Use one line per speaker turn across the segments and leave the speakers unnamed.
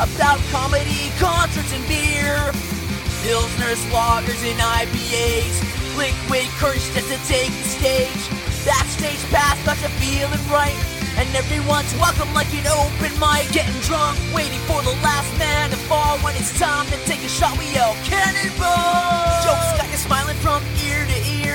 about comedy, concerts, and beer. Pilsners, loggers, and IPAs. Liquid courage just to take the stage. Backstage pass, got you feeling right. And everyone's welcome like an open mic. Getting drunk, waiting for the last man to fall. When it's time to take a shot, we yell cannonball. Jokes got you smiling from ear to ear.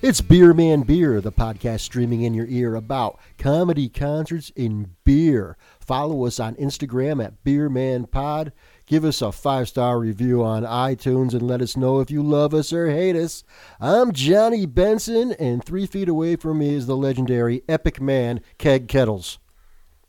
It's Beer Man Beer, the podcast streaming in your ear about comedy concerts in beer. Follow us on Instagram at Beer Man Pod. Give us a five star review on iTunes and let us know if you love us or hate us. I'm Johnny Benson, and three feet away from me is the legendary epic man Keg Kettles.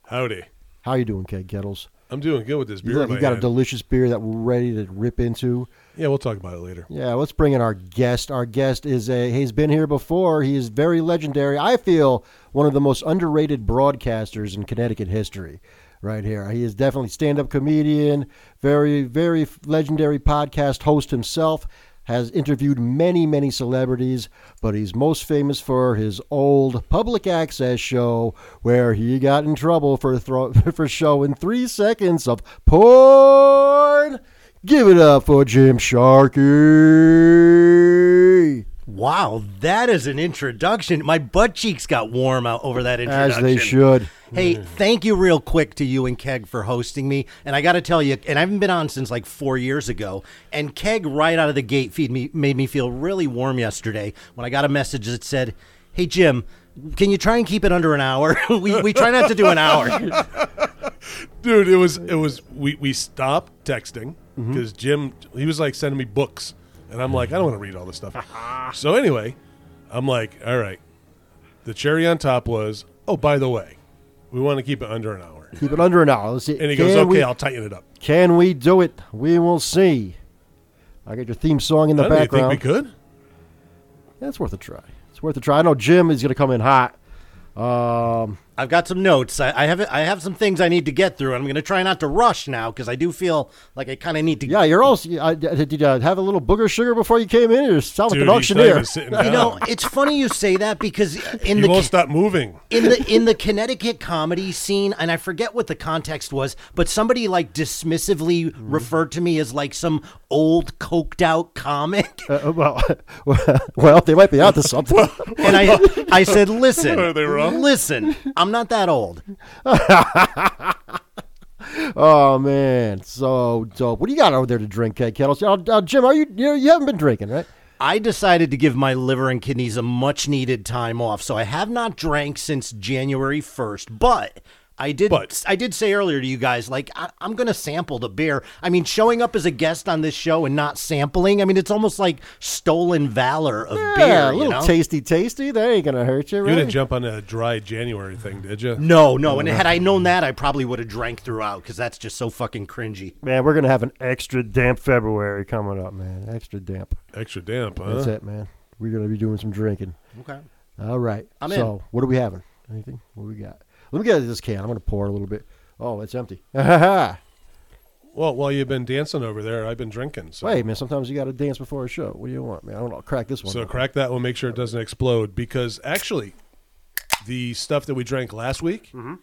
Howdy.
How you doing, Keg Kettles?
I'm doing good with this beer.
You,
in
you
my
got a
hand.
delicious beer that we're ready to rip into.
yeah, we'll talk about it later.
Yeah, let's bring in our guest. Our guest is a he's been here before. He is very legendary. I feel one of the most underrated broadcasters in Connecticut history. Right here, he is definitely stand-up comedian, very very legendary podcast host himself. Has interviewed many many celebrities, but he's most famous for his old public access show where he got in trouble for throw, for showing three seconds of porn. Give it up for Jim Sharkey.
Wow, that is an introduction. My butt cheeks got warm out over that
As
introduction.
they should.
Hey, thank you real quick to you and Keg for hosting me. And I got to tell you, and I haven't been on since like four years ago. And Keg, right out of the gate, feed me made me feel really warm yesterday when I got a message that said, "Hey Jim, can you try and keep it under an hour? we we try not to do an hour."
Dude, it was it was we we stopped texting
Mm-hmm.
because Jim he was like sending me books, and I'm like I don't want to read all this stuff. so anyway, I'm like, all right. The cherry on top was oh by the way, we want to keep it under an hour,
Keep it under an hour. Let's see.
and he goes
can
okay,
we,
I'll tighten it up.
Can we do it? We will see. I got your theme song in the
I don't think
background.
we could.
That's worth a try. It's worth a try. I know Jim is going to come in hot.
I've got some notes. I, I have I have some things I need to get through. I'm going to try not to rush now because I do feel like I kind of need to
Yeah, you're also. I, did you have a little booger sugar before you came in? You sound like
Dude, he's
an
not
auctioneer.
even sitting
You
down.
know, it's funny you say that because in
he
the
won't
Ca-
stop moving.
in the in the Connecticut comedy scene, and I forget what the context was, but somebody like dismissively referred to me as like some old coked out comic,
Uh, well, well, they might be out to something.
and I I said, "Listen,
Are they wrong?"
listen, I'm not that old."
oh man, so dope. What do you got over there to drink, Keg Kettles? Uh, uh, Jim, are you, you? You haven't been drinking, right?
I decided to give my liver and kidneys a much needed time off, so I have not drank since January 1st, but I did
But-
I did say earlier to you guys like I, I'm going to sample the beer. I mean, showing up as a guest on this show and not sampling, I mean, it's almost like stolen valor of
Yeah,
beer,
a little
you know?
tasty, tasty. That ain't gonna hurt you,
You didn't
right? Mm.
jump on a dry January thing, did you?
no, no, and
Mm-hmm.
had I known that, I probably would have drank throughout because that's just so fucking cringy.
Man, we're gonna have an extra damp February coming up, man. Extra damp.
Extra damp, huh?
That's it, man. We're gonna be doing some drinking.
Okay.
All right.
I'm
so,
in.
what are we having? Anything? What we got? Let me get this can. I'm gonna pour a little bit. Oh, it's empty. Wait,
Well, while you've been dancing over there, I've been drinking. So.
man. Sometimes you gotta dance before a show. What do you want, man? I don't know. Crack this one.
So
open.
crack that one. Make sure it doesn't explode because actually, the stuff that we drank last week,
Mm-hmm.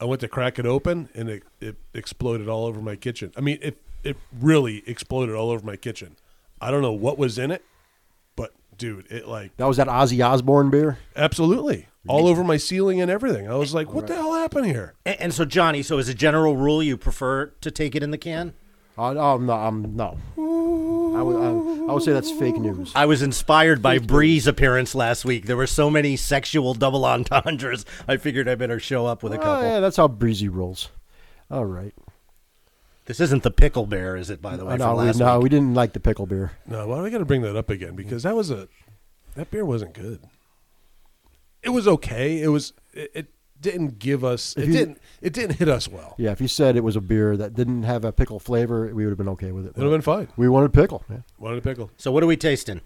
I went to crack it open and it, it exploded all over my kitchen. I mean, it it really exploded all over my kitchen. I don't know what was in it, but dude, it like
That was that Ozzy Osbourne beer.
absolutely all over my ceiling and everything. I was like, what the hell happened here?
And, and so Johnny, so as a general rule, you prefer to take it in the can?
Oh, no, no, I'm no. I would, I, I would say that's fake news.
I was inspired by Bree's appearance last week. There were so many sexual double entendres. I figured I better show up with a
Oh,
couple.
yeah, that's how breezy rolls. All right.
This isn't the pickle bear, is it? By the way,
Oh,
from
no, we,
last
no,
week?
we didn't like the pickle beer.
No, why do I got to bring that up again? Because that was a that beer wasn't good. It was okay. It was it, it didn't give us it
you-
didn't it didn't hit us well.
Yeah, if you said it was a beer that didn't have a pickle flavor, we would have been okay with it.
It would have been fine.
we wanted pickle. Yeah.
Wanted a pickle.
So what are we tasting?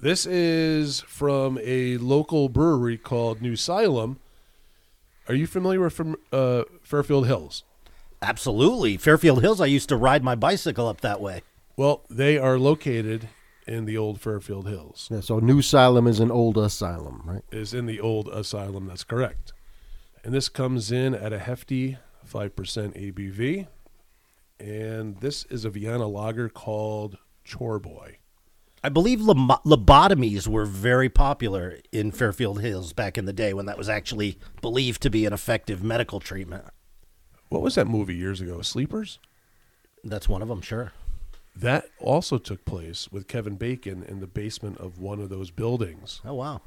This is from a local brewery called New Salem. Are you familiar with from uh, Fairfield Hills?
Absolutely, Fairfield Hills. I used to ride my bicycle up that way.
Well, they are located in the old Fairfield Hills.
Yeah, so new asylum is an old asylum, right?
Is in the old asylum. That's correct. And this comes in at a hefty five percent ABV. And this is a Vienna lager called Chore Boy.
I believe lomo- lobotomies were very popular in Fairfield Hills back in the day when that was actually believed to be an effective medical treatment.
What was that movie years ago? Sleepers.
That's one of them, sure.
That also took place with Kevin Bacon in the basement of one of those buildings.
Oh wow.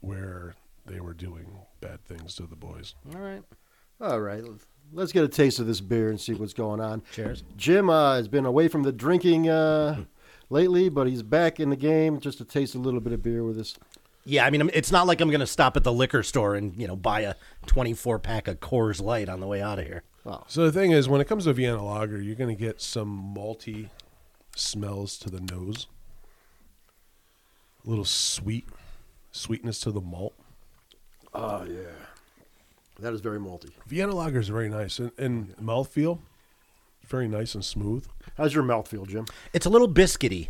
where they were doing bad things to the boys.
All right.
All right, let's- let's get a taste of this beer and see what's going on.
Cheers.
Jim uh, has been away from the drinking
Hmm.
uh, lately, but he's back in the game just to taste a little bit of beer with us.
Yeah, I mean, it's not like I'm going to stop at the liquor store and you know buy a 24 pack of Coors Light on the way out of here.
So the thing is, when it comes to Vienna lager, you're going to get some malty smells to the nose, a little sweet sweetness to the malt.
Oh, yeah. That is very malty.
Vienna lager is very nice and, and mouthfeel, very nice and smooth.
How's your mouth feel, Jim?
It's a little biscuity.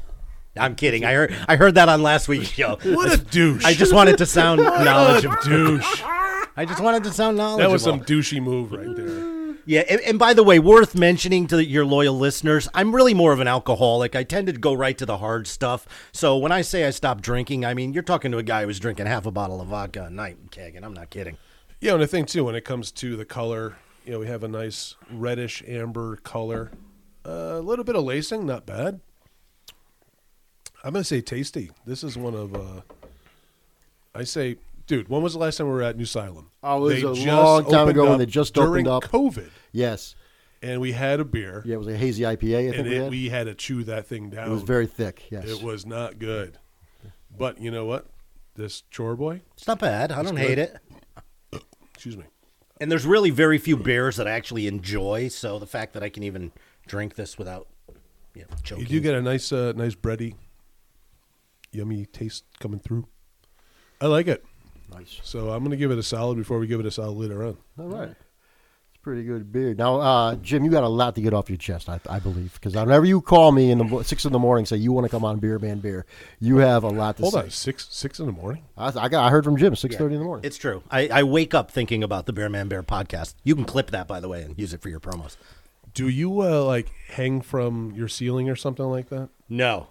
I'm kidding. I heard I heard that on last week's show.
What a douche!
I just wanted to sound knowledgeable.
douche.
I just wanted to sound knowledgeable.
That was some douchey move right there.
Yeah, and, and by the way, worth mentioning to your loyal listeners, I'm really more of an alcoholic. I tend to go right to the hard stuff. So when I say I stopped drinking, I mean you're talking to a guy who was drinking half a bottle of vodka a night, keg, and I'm not kidding.
Yeah, and the thing too, when it comes to the color, you know, we have a nice reddish amber color, Uh, a little bit of lacing, not bad. I'm gonna say tasty. This is one of, uh I say, dude. When was the last time we were at New Salem?
Oh, it was
They
a
just
long time
opened
ago when
up
they just
during
opened up.
COVID,
Yes.
and we had a beer,
Yeah, it was a hazy IPA, I think
and
we
it,
had.
we had to chew that thing down.
it was very thick, yes.
It was not good. But you know what? This chore boy,
It's not bad. I don't hate it.
excuse me.
And there's really very few beers that I actually enjoy. So the fact that I can even drink this without you know, choking.
You do get a nice, uh, nice bready, yummy taste coming through. I like it.
nice.
So I'm going to give it a solid before we give it a solid later on.
All right. It's pretty good beer. Now, uh, Jim, you got a lot to get off your chest, I, I believe, because whenever you call me in the mo- six in the morning, say you want to come on Beer Man Beer, you have a lot to
Hold
say.
on, six six in the morning.
I, I got. I heard from Jim six thirty in the morning.
It's true. I, I wake up thinking about the Bear Man Bear podcast. You can clip that, by the way, and use it for your promos.
Do you uh, like hang from your ceiling or something like that?
No.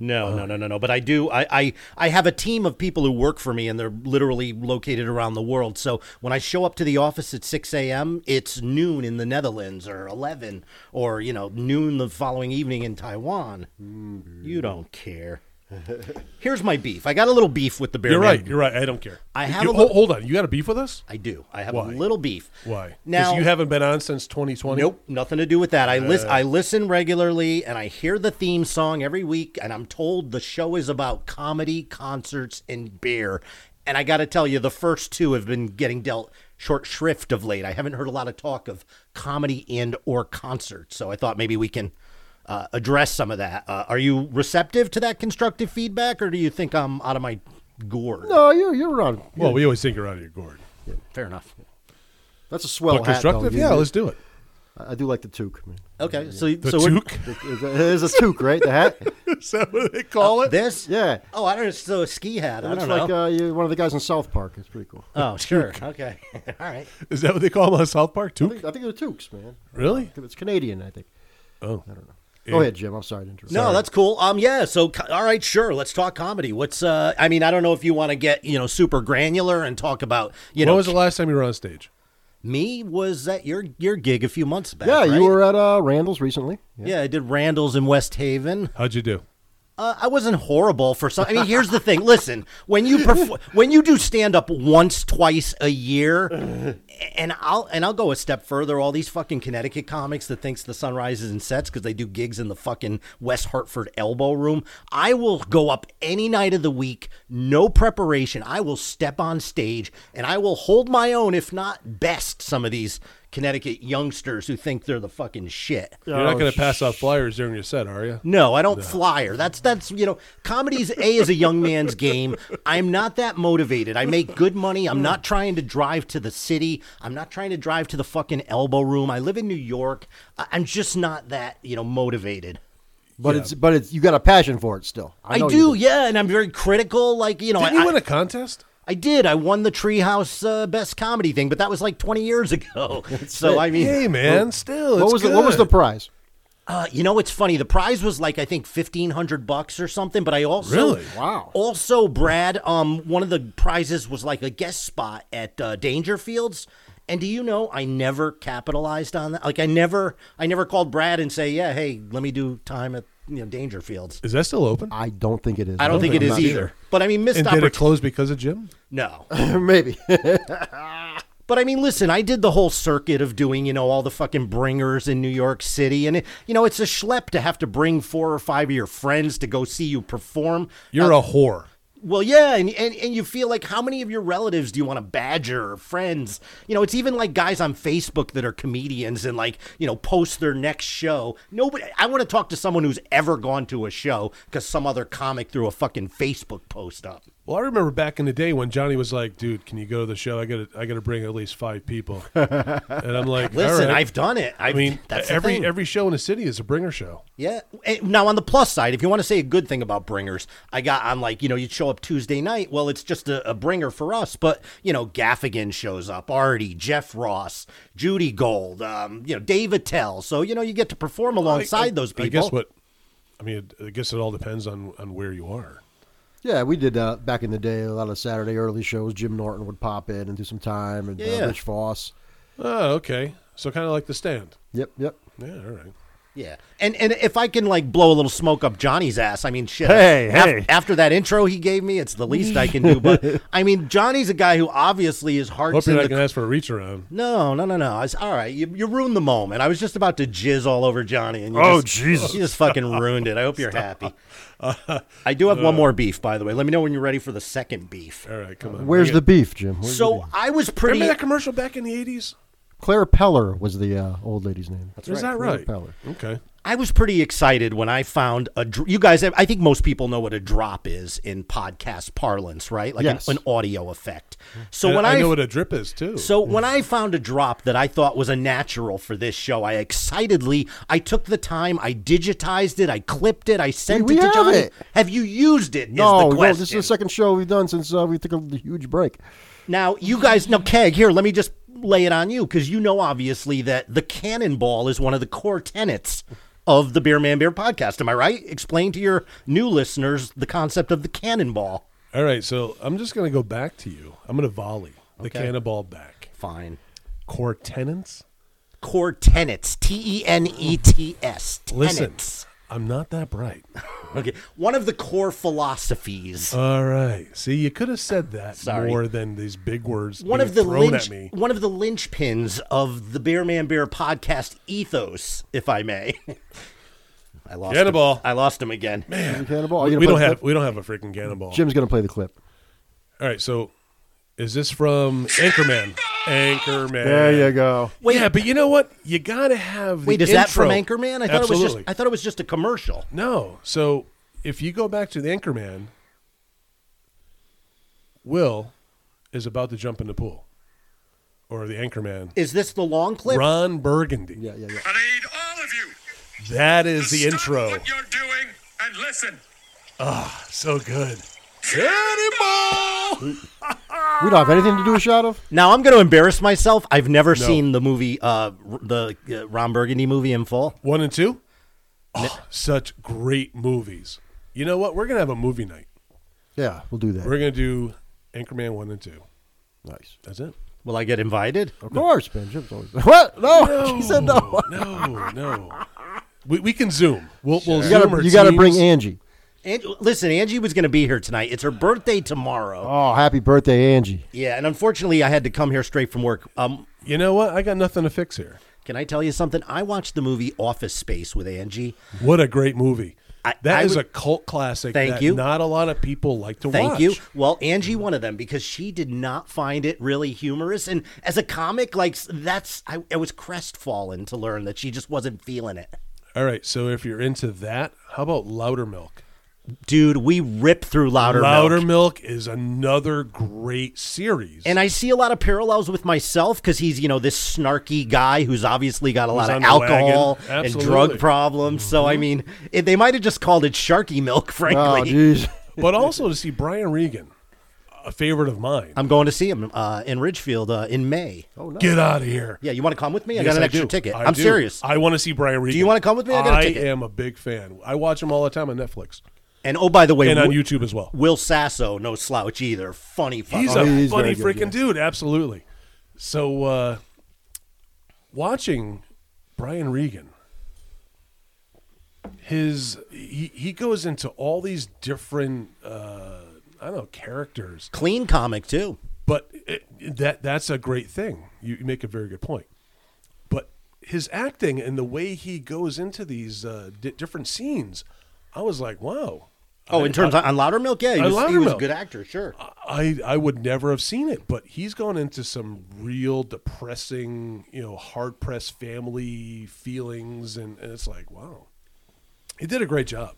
No, no, no, no, no. But I do. I, I, I have a team of people who work for me, and they're literally located around the world. So when I show up to the office at 6 a.m., it's noon in the Netherlands, or 11, or you know, noon the following evening in Taiwan.
Mm-hmm.
You don't care. Here's my beef. I got a little beef with the bear.
You're
Man-
right. You're right. I don't care.
I have
You,
a
hol-
little-
hold on. You got a beef with us?
I do. I have
Why?
a little beef.
Why?
Now
Because you haven't been on since 2020.
Nope, nothing to do with that. I listen. I listen regularly, and I hear the theme song every week. And I'm told the show is about comedy, concerts, and beer. And I got to tell you, the first two have been getting dealt short shrift of late. I haven't heard a lot of talk of comedy and or concerts. So I thought maybe we can uh, address some of that. Uh, are you receptive to that constructive feedback, or do you think I'm out of my gourd?
No, you you're on.
Well, we always think you're out of your gourd.
Fair enough.
That's a swell
but
hat, though,
constructive?
you-
yeah, let's do it.
I I do like the toque. Man.
Okay, so
The
so we're-
toque?
It is a toque, right? The hat.
Is that what they call it?
this
Yeah.
Oh, I don't. know. So a ski hat. I
It's
don't know.
like uh, you one of the guys in South Park. It's pretty cool.
Oh, sure. Okay. All right.
Is that what they call them on South Park,
I
too?
think, I think they're toques, man.
Really?
It's Canadian, I think.
Oh.
I don't know. Go
Yeah.
ahead, Jim. I'm sorry to interrupt.
No, that's cool. Um, yeah. So, co- all right, sure. Let's talk comedy. What's uh? I mean, I don't know if you want to get you know super granular and talk about you
When
know
was the last time you were on stage?
me was at your your gig a few months back.
Yeah,
right?
you were at uh, Randall's recently. Yeah.
Yeah, I did Randall's in West Haven.
How'd you do?
Uh, I wasn't horrible for some. I mean, here's the thing. Listen, when you perf- when you do stand up once, twice a year, and I'll and I'll go a step further. All these fucking Connecticut comics that thinks the sun rises and sets because they do gigs in the fucking West Hartford Elbow Room. I will go up any night of the week, no preparation. I will step on stage and I will hold my own, if not best, some of these Connecticut youngsters who think they're the fucking shit.
You're not going to pass out flyers during your set, are you?
No, I don't flyer. That's that's you know, comedy's a is a young man's game. I'm not that motivated. I make good money. I'm not trying to drive to the city. I'm not trying to drive to the fucking elbow room. I live in New York. I- I'm just not that you know motivated.
But it's but it's you got a passion for it still.
I,
know you
do, yeah, and I'm very critical. Like you know,
Didn't
I,
you
I-
win a contest?
I did. I won the Treehouse uh, Best Comedy thing, but that was like 20 years ago. so I mean,
Hey, man, still.
What
it's
was the, what was the
good.
prize?
Uh, you know, it's funny. The prize was like I think fifteen hundred bucks or something. But I also
Really?
Wow.
Also, Brad, um, one of the prizes was like a guest spot at uh, Dangerfields. And do you know I never capitalized on that? Like I never, I never called Brad and say, yeah, hey, let me do time at you know Dangerfields.
Is that still open?
I don't think it is.
I don't think it
I'm
is
not
either. But I mean, missed
and did it
opportunity.
close because of Jim?
no.
sure. Maybe.
But I mean, listen, I did the whole circuit of doing, you know, all the fucking bringers in New York City. And, it, you know, it's a schlep to have to bring four or five of your friends to go see you perform.
You're a whore.
Well, yeah, and, and and you feel like how many of your relatives do you want to badger or friends? You know, it's even like guys on Facebook that are comedians and like you know post their next show. Nobody, I want to talk to someone who's ever gone to a show because some other comic threw a fucking Facebook post up.
Well, I remember back in the day when Johnny was like, "Dude, can you go to the show? I got to, I got to bring at least five people." and I'm like,
Listen,
"All right."
I've done it.
I
I've,
mean,
that's the
every
thing.
every show in the city is a bringer show.
Yeah. And now, on the plus side, if you want to say a good thing about bringers, I got on like, you know, you'd show up Tuesday night. Well, it's just a, a bringer for us, but, you know, Gaffigan shows up, Artie, Jeff Ross, Judy Gold, um, you know, Dave Attell. So, you know, you get to perform alongside
I-
those people.
I guess what, I mean, I guess it all depends on on where you are.
yeah, we did uh, back in the day a lot of Saturday early shows. Jim Norton would pop in and do some time, and
Yeah.
uh, Rich Foss.
Oh, okay. So kind of like the stand.
Yep, yep.
Yeah, all right.
Yeah. And and if I can like blow a little smoke up Johnny's ass, I mean shit.
Hey,
af-
hey.
After that intro he gave me, it's the least I can do. But I mean, Johnny's a guy who obviously his
Hope
heart's
you're
in
not
the
going to ask for a reach around.
No, no, no, no. I was, all right, you, you ruined the moment. I was just about to jizz all over Johnny, and you
Oh,
just,
Jesus.
you just fucking ruined it. I hope you're happy. I do have
Uh.
one more beef, by the way. Let me know when you're ready for the second beef.
All right, come on.
Where's
bring
the
it.
beef, Jim? Where's the
So
beef?
I was pretty.
Remember that commercial back in the '80s?
Claire Peller was the uh, old lady's name.
Is that
Claire
right?
Peller.
Okay.
I was pretty excited when I found a. dr- You guys, I think most people know what a drop is in podcast parlance, right? Like an-
Yes.
an, audio effect.
Mm-hmm.
So
And
when
I,
I
know what a drip is too.
So when I found a drop that I thought was a natural for this show, I excitedly I took the time, I digitized it, I clipped it, I sent
We
it to
have
Johnny.
it.
Have you used it? is
No,
the
no, this is the
question.
second show we've done since uh, we took a huge break.
Now you guys, now Keg, here, let me just lay it on you because you know obviously that the cannonball is one of the core tenets of the Beer Man Beer podcast. Am I right? Explain to your new listeners the concept of the cannonball.
all right, so I'm just going to go back to you. I'm going to volley the
Okay.
cannonball back.
Fine.
Core tenants.
Core tenets. T E N E T S. Tenets.
Listen, I'm not that bright.
Okay. One of the core philosophies.
All right. See, you could have said that
Sorry.
more than these big words
one
being
of the
thrown
lynch,
at me.
one of the linchpins of the Bear Man Bear podcast ethos, if I may. I lost
Cannonball.
Him. I lost him again.
Is it Cannonball? Are you gonna
We
play
don't
the
have
clip?
we don't have a freaking cannonball.
Jim's going to play the clip.
All right, so is this from Anchorman? Anchorman.
go.
Wait.
yeah, but you know what? You gotta have. The
Wait, is that from
intro.
Anchorman? I thought it was
Absolutely.
just I thought it was just a commercial.
No. So if you go back to the Anchorman, Will is about to jump in the pool, or the Anchorman.
Is this the long clip?
Ron Burgundy.
Yeah, yeah, yeah.
I need all of you
That is
to
the
stop
intro.
what you're doing and listen.
So good. Cannonball.
We don't have anything to do with Shadow.
Now I'm going to embarrass myself. I've never seen the movie uh r- the uh, Ron Burgundy movie in full.
One and two. Oh, such great movies. You know what? We're gonna have a movie night.
Yeah, we'll do that.
We're gonna do Anchorman one and two.
nice.
That's it.
Will I get invited?
Of course, man. Jim's always what? No, he said no.
No, no. We, we can zoom. We'll, we'll
You
zoom
gotta,
or
you gotta bring
Teams.
Angie.
And, listen, Angie was going to be here tonight. It's her birthday tomorrow.
Oh, happy birthday, Angie.
Yeah, and unfortunately, I had to come here straight from work. Um,
You know what? I got nothing to fix here.
can I tell you something? I watched the movie Office Space with Angie.
What a great movie.
I-
that
I
is
would-
a cult classic
Thank
that
you.
not a lot of people like to
Thank
watch.
you. Well, Angie, one of them, because she did not find it really humorous. And as a comic, like that's, I, I was crestfallen to learn that she just wasn't feeling it.
All right, so if you're into that, how about Louder Milk?
Dude, we rip through louder,
Louder
Milk.
Milk is another great series.
And I see a lot of parallels with myself because he's, you know, this snarky guy who's obviously got a lot
Who's
of
on the wagon.
alcohol and
Absolutely. Mm-hmm.
drug problems. So, I mean, it, they might have just called it Sharky Milk,
Oh,
frankly.
jeez.
but also to see Brian Regan, a favorite of mine.
I'm going to see him uh, in Ridgefield uh, in May.
Get out of here.
Yeah, you want to come with me? I
Yes,
got an
I
extra
do.
ticket.
I
am
do.
serious.
I want to see Brian Regan.
you wanna come with me? I got a ticket.
am a big fan. I watch him all the time on Netflix
and oh, by the way,
and on
Wi-
YouTube as well.
Will Sasso, no slouch either. Funny fuck.
He's
Oh,
a
he's
funny
very good,
freaking
yeah.
dude. Absolutely. So uh, watching Brian Regan, his he, he goes into all these different uh, I don't know characters,
clean comic too.
but it, that that's a great thing. You, you make a very good point. But his acting and the way he goes into these uh, di different scenes, I was like, wow.
Oh,
I-
in terms of, on Louder Milk, yeah, he
On
was, he
Louder
was a
Milk.
good actor, sure.
I I would never have seen it, but he's gone into some real depressing, you know, hard pressed family feelings, and, and it's like, wow, he did a great job.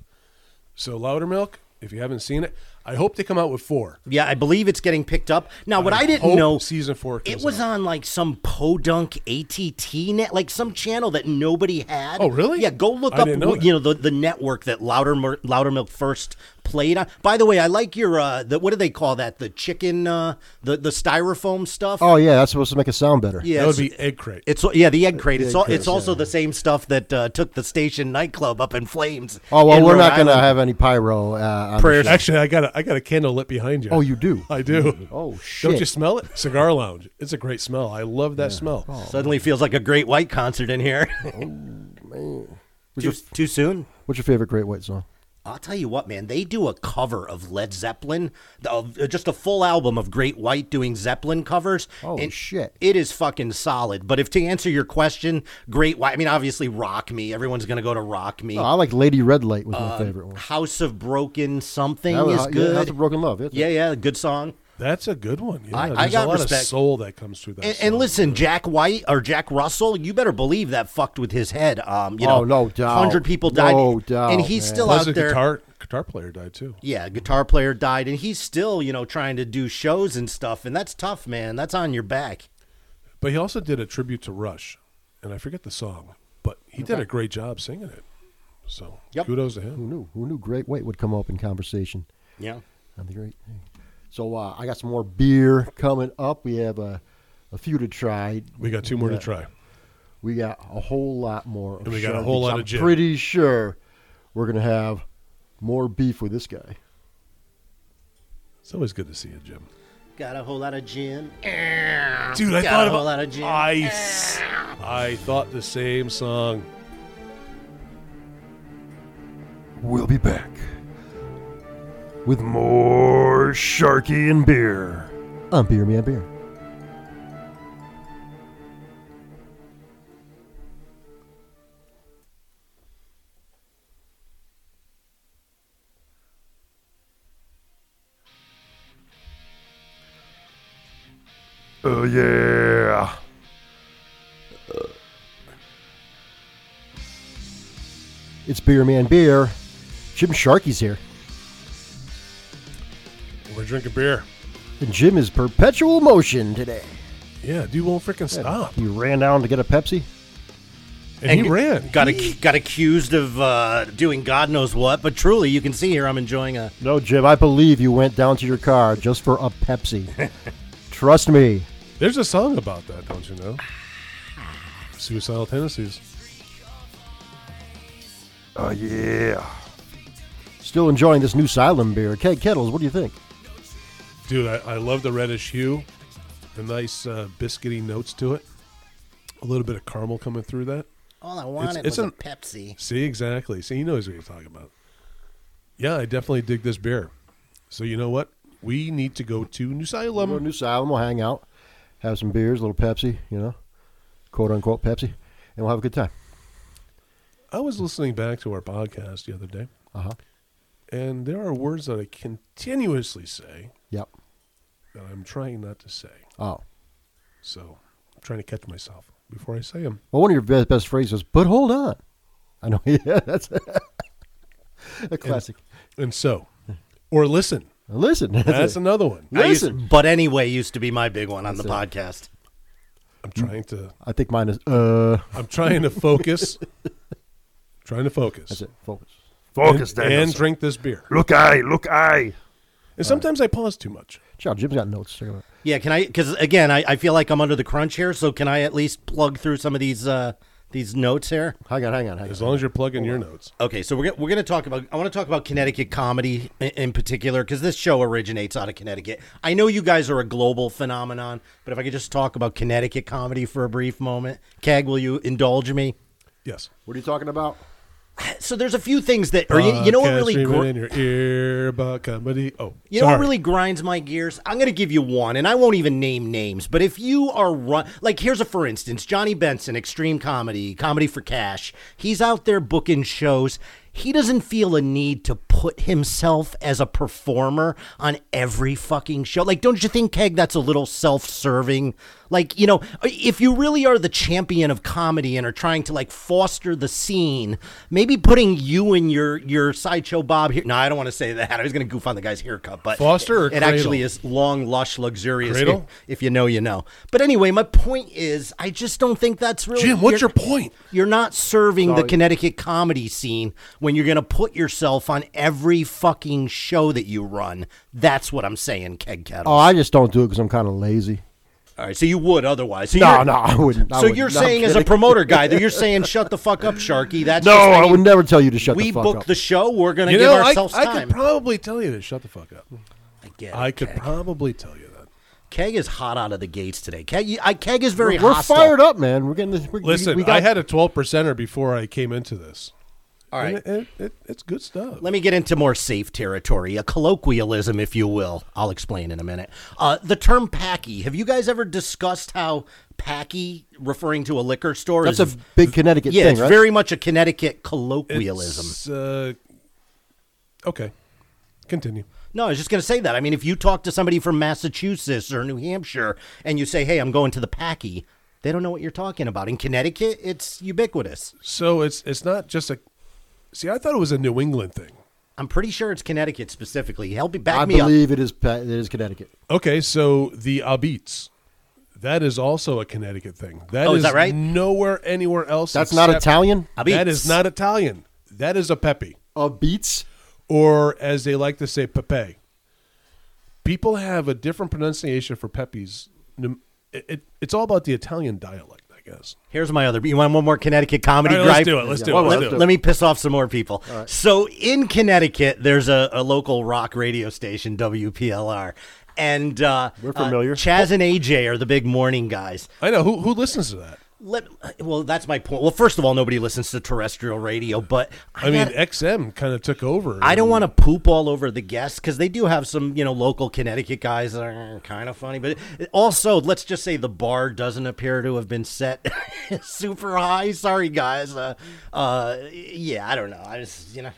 So Louder Milk, if you haven't seen it, I hope they come out with four.
Yeah, I believe it's getting picked up now. What I, didn't
hope
know,
season four
it
comes
was
out.
on like some podunk ATT net, like some channel that nobody had.
Oh, really?
Yeah, go look
I
up.
didn't know
wh- you know the, the network that Louder Mer- Louder Milk first played on. By the way, I like your uh, the, what do they call that? The chicken, uh, the the styrofoam stuff.
Oh, yeah, that's supposed to make it sound better.
yeah,
that would
it's-
be egg crate.
It's yeah, the egg crate. it's
egg
all,
crate,
it's also the same stuff that uh, took the station nightclub up in flames.
Oh, well,
in
we're
Rhode
not going to
Island.
have any pyro. Uh, on the
Prayers.
show.
Actually, I got a I got a candle lit behind you.
Oh, you do?
I do.
Oh,
Don't you
shit.
smell it? Cigar Lounge. It's a great smell. I love that smell.
Oh.
Suddenly feels like a Great White concert in here. too, too soon.
What's your favorite Great White song?
I'll tell you what, man. They do a cover of Led Zeppelin, the- of- uh, just a full album of Great White doing Zeppelin covers.
Holy shit.
It is fucking solid. But if to answer your question, Great White. I mean, obviously, Rock Me. Everyone's gonna go to Rock Me.
Oh, I like Lady Red Light was my favorite one.
House of Broken something
That was-
Uh, is
yeah,
good.
House of Broken Love. that's it.
yeah, yeah, good song.
That's a good one. Yeah,
I- I
there's
got
a lot
respect.
of soul that comes through that.
And, and
song.
listen, Jack White or Jack Russell, you better believe that fucked with his head. Um, you
Oh,
know,
no doubt.
hundred people died,
No doubt,
and he's
man.
still
Plus,
out
the
there.
guitar guitar player died too.
yeah, guitar player died, and he's still you know trying to do shows and stuff, and that's tough, man. That's on your back.
But he also did a tribute to Rush, and I forget the song, but he did a great job singing it. So
Yep.
kudos to
Who
him.
knew? Who knew Great White would come up in conversation?
Yeah.
on the great thing. So uh, I got some more beer coming up. We have a, a few to try.
We got two more to try.
We got a whole lot more. Of
And we got a
Chardonnay,
whole
'cause
lot
I'm
of gin.
pretty sure we're gonna have more beef with this guy.
It's always good to see you, Jim.
Got a whole lot of gin.
Dude, I
Got
thought
a whole
about
lot of gin.
I s- I thought the same song.
We'll be back with more Sharky and beer on Beer Man Beer. Oh yeah. It's Beer Man Beer. Jim Sharky's here.
We're drinking beer.
And Jim is perpetual motion today.
Yeah, dude won't freaking stop.
You ran down to get a Pepsi?
And, he ran.
Got ac- got accused of uh, doing God knows what, but truly, you can see here I'm enjoying a.
No, Jim, I believe you went down to your car just for a Pepsi. Trust me.
There's a song about that, don't you know? Suicidal tendencies.
Oh, yeah. Still enjoying this new Silent beer. Keg Kettles, what do you think?
Dude, I, I love the reddish hue, the nice uh, biscuity notes to it, a little bit of caramel coming through that.
All I wanted
it's
was a
an-
Pepsi.
See, exactly. See, he knows what you're talking about. yeah, I definitely dig this beer. So you know what? We need to go to New Salem.
We'll go to New Salem. We'll hang out, have some beers, a little Pepsi, you know, quote unquote Pepsi, and we'll have a good time.
I was listening back to our podcast the other day,
Uh huh.
and there are words that I continuously say
Yep.
that I'm trying not to say.
Oh.
So I'm trying to catch myself before I say them.
Well, one of your best, best phrases was, but hold on. I know. Yeah, that's a classic.
And so, or listen.
Now Hmm. listen. That's
That's
it.
another one.
I used-
Listen.
but anyway, used to be my big one on the podcast.
I'm trying to.
I think mine is, uh,
I'm trying to focus. trying to focus.
that's it. Focus.
Focus,
and,
Danielson.
and drink this beer.
Look, I, look, I.
And sometimes I pause too much.
Child, Jim's got notes. Check it out.
Yeah, can I? Because again, I, I feel like I'm under the crunch here. So can I at least plug through some of these uh, these notes here?
Hang on, hang on, hang
As
on.
long as you're plugging your notes.
Okay, so we're gonna, we're going to talk about. I want to talk about Connecticut comedy in, in particular because this show originates out of Connecticut. I know you guys are a global phenomenon, but if I could just talk about Connecticut comedy for a brief moment, Keg, will you indulge me?
Yes.
What are you talking about?
So there's a few things that, or you, you know, what
Podcast
really.
streaming
gr-
in your ear about comedy. Oh,
You know
sorry.
what really grinds my gears? I'm going to give you one, and I won't even name names. But if you are run, like here's a for instance, Johnny Benson, extreme comedy, comedy for cash. He's out there booking shows. He doesn't feel a need to put himself as a performer on every fucking show. Like, don't you think, Keg, that's a little self serving? Like, you know, if you really are the champion of comedy and are trying to like foster the scene, maybe putting you and your your sideshow Bob here. No, I don't want to say that. I was going to goof on the guy's haircut, but
Foster or
it actually
Cradle?
is long, lush, luxurious.
Cradle?
If, if you know, you know. But anyway, my point is, I just don't think that's really.
Jim, what's
you're-
your point?
You're not serving the Connecticut comedy scene when you're going to put yourself on every fucking show that you run. That's what I'm saying, Keg Kettle.
Oh, I just don't do it because I'm kind of lazy.
All right, so you would otherwise. So
No,
you're-
no, I wouldn't. I
so
would-
you're
no, I'm
saying, as a
kidding.
promoter guy, that you're saying, "Shut the fuck up, Sharky." That's
No,
just-
I
mean,
would never tell you to shut
We
the fuck
book
up.
the show. We're gonna
You
give
know, I,
ourselves
I
time.
could probably tell you to shut the fuck up.
I, get
I
it,
could
Keg.
probably tell you that.
Keg is hot out of the gates today. Keg, you- I, Keg is very
we're, we're
hostile.
fired up, man. We're getting this. We're,
Listen,
we, we got,
I had a 12 percenter before I came into this.
All
And
right,
it, it, it, it's good stuff.
Let me get into more safe territory, a colloquialism, if you will. I'll explain in a minute. Uh, the term "packy." Have you guys ever discussed how "packy," referring to a liquor store,
That's
is
a big Connecticut
yeah,
thing,
it's
right?
very much a Connecticut colloquialism.
It's, uh, okay, continue.
No, I was just going to say that. I mean, if you talk to somebody from Massachusetts or New Hampshire and you say, "Hey, I'm going to the packy," they don't know what you're talking about. In Connecticut, it's ubiquitous.
So it's it's not just a. See, I thought it was a New England thing.
I'm pretty sure it's Connecticut specifically. Help me back
I
me up.
believe it is. Pa- It is Connecticut.
Okay, so the Abits, that is also a Connecticut thing. That
Oh, is that right?
Nowhere anywhere else.
That's not
except-
Italian.
That
Abits.
is not Italian. That is a Pepe,
Uh, beats.
or as they like to say, Pepe. People have a different pronunciation for Pepe's. It, it, it's all about the Italian dialect, I guess.
Here's my other. You want one more Connecticut comedy
All right,
gripe?
let's do it. Let's do it.
Let,
Let's do it.
let me piss off some more people. So in Connecticut, there's a, a local rock radio station, WPLR, and uh, we're
familiar.
Chaz and AJ are the big morning guys.
I know who who listens to that.
Let well, that's my point. Well, first of all, nobody listens to terrestrial radio, but I,
I mean,
gotta-
XM kind of took over.
I don't want to poop all over the guests because they do have some, you know, local Connecticut guys that are kind of funny. But also, let's just say the bar doesn't appear to have been set super high. Sorry, guys. Uh, uh, yeah, I don't know. I just, you know,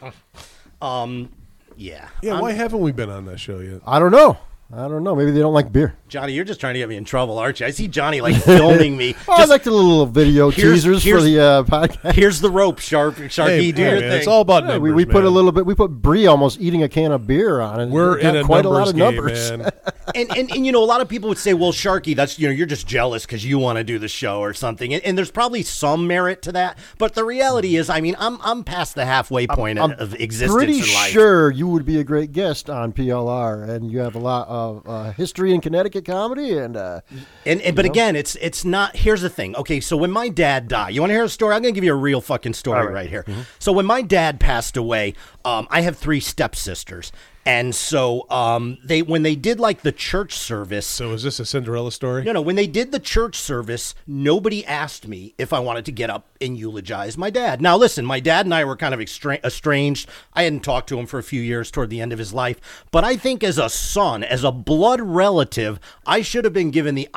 um, yeah.
Yeah,
I'm-
why haven't we been on that show yet?
I don't know. I don't know. Maybe they don't like beer.
Johnny, you're just trying to get me in trouble, aren't you? I see Johnny like filming me.
Oh,
Just-
I like the little video
Here's-
teasers
here's-
for the uh, podcast.
here's the rope, Sharp. Sharpie,
Hey,
do
hey,
your
man,
thing.
It's all about
Yeah,
numbers.
we, we put a
man.
little bit. We put Brie almost eating a can of beer on it.
We're
It got
in a
quite a lot
numbers
of
game,
numbers.
man.
and, and and you know a lot of people would say well sharky that's you know you're just jealous because you want to do the show or something and, and there's probably some merit to that but the reality is i mean i'm i'm past the halfway point of, of existence
Pretty
in life
sure you would be a great guest on PLR, and you have a lot of uh, history in Connecticut comedy. And uh,
and, and but again it's it's not here's the thing okay so when my dad died you want to hear a story i'm gonna give you a real
Mm-hmm.
fucking story right, here so when my dad passed away um, i have three stepsisters And so um, they when they did like the church service,
So Oh, is this a Cinderella story?
no, no. When they did the church service, nobody asked me if I wanted to get up and eulogize my dad. Now, listen, my dad and I were kind of extra- estranged. I hadn't talked to him for a few years toward the end of his life. But I think as a son, as a blood relative, I should have been given the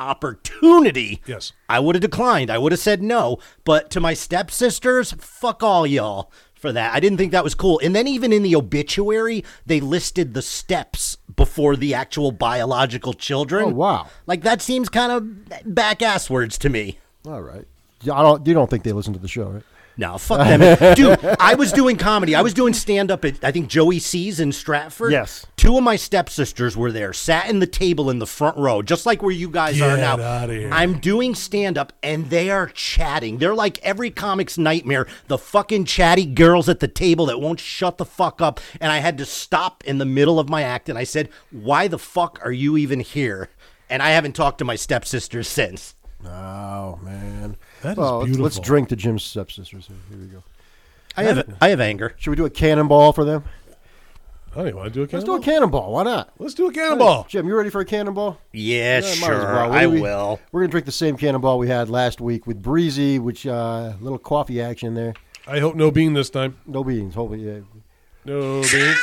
opportunity.
Yes.
I would have declined. I would have said no. But to my stepsisters, fuck all y'all for that. I didn't think that was cool. And then even in the obituary, they listed the steps before the actual biological children.
Oh, wow.
Like that seems kind of back ass words to me.
All right. Yeah, I don't. You don't think they listen to the show, right?
No, fuck them. Dude, I was doing comedy. I was doing stand up at, I think, Joey C's in Stratford.
Yes.
Two of my stepsisters were there, sat in the table in the front row, just like where you guys are
Get
now.
outta here.
I'm doing stand up and they are chatting. They're like every comic's nightmare the fucking chatty girls at the table that won't shut the fuck up. And I had to stop in the middle of my act and I said, Why the fuck are you even here? And I haven't talked to my stepsisters since.
Oh man,
That is
well, let's- Let's
beautiful.
drink to Jim's stepsisters. Here, here we go.
I have, I have anger.
Should we do a cannonball for them?
Oh, you want to do a
Let's
cannonball?
do a cannonball. Why not?
Let's do a cannonball.
Jim, you ready for a cannonball? Yeah,
Yeah,
might as
sure.
well. What
I
do we-
will.
We're gonna drink the same cannonball we had last week with Breezy, which uh, little coffee action there.
I hope no bean this time.
No beans. Hopefully, yeah.
No bean.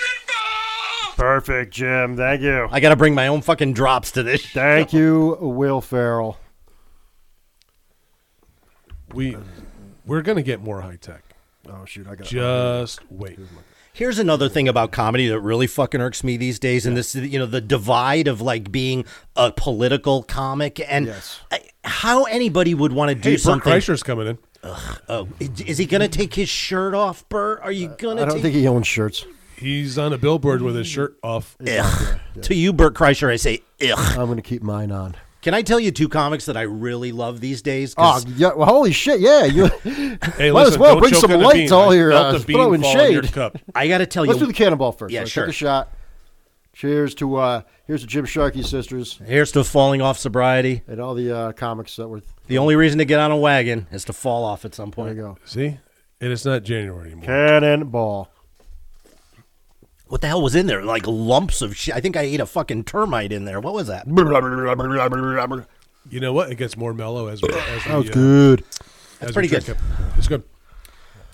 Perfect, Jim. Thank you.
I got to bring my own fucking drops to this. shit.
Thank you, Will Farrell.
We we're gonna get more high tech.
Oh shoot, I got.
Just wait.
Here's another thing about comedy that really fucking irks me these days, and this, you know, the divide of like being a political comic and
Yes.
I, how anybody would want to do
Hey, Bert
something.
Kreischer's coming in.
Oh, is he gonna take his shirt off, Bert? Are you gonna?
I don't
take-
think he owns shirts.
He's on a billboard with his shirt off.
Ugh. To you, Bert Kreischer, I say, ugh.
I'm gonna keep mine on.
Can I tell you two comics that I really love these days?
Oh
'Cause
yeah! Well, holy shit! Yeah, you
Hey,
might as
listen,
well
don't
bring
choke
some
on the
light
bean.
to all
I
your
felt
uh,
the bean
throwing
fall in
shade.
your cup.
I gotta tell
Let's
you.
do the cannonball first.
Yeah,
Let's
sure.
Take a shot. Cheers to uh, here's to Jim Sharkey sisters
Here's to falling off sobriety.
and all the uh, comics that were.
The only reason to get on a wagon is to fall off at some
There
point.
you go.
See, and it's not January anymore.
Cannonball.
What the hell was in there? Like lumps of shit. I think I ate a fucking termite in there. What was that?
Oh,
You know what? It gets more mellow as we, as we,
That was
uh,
good.
That's
pretty good.
It's good.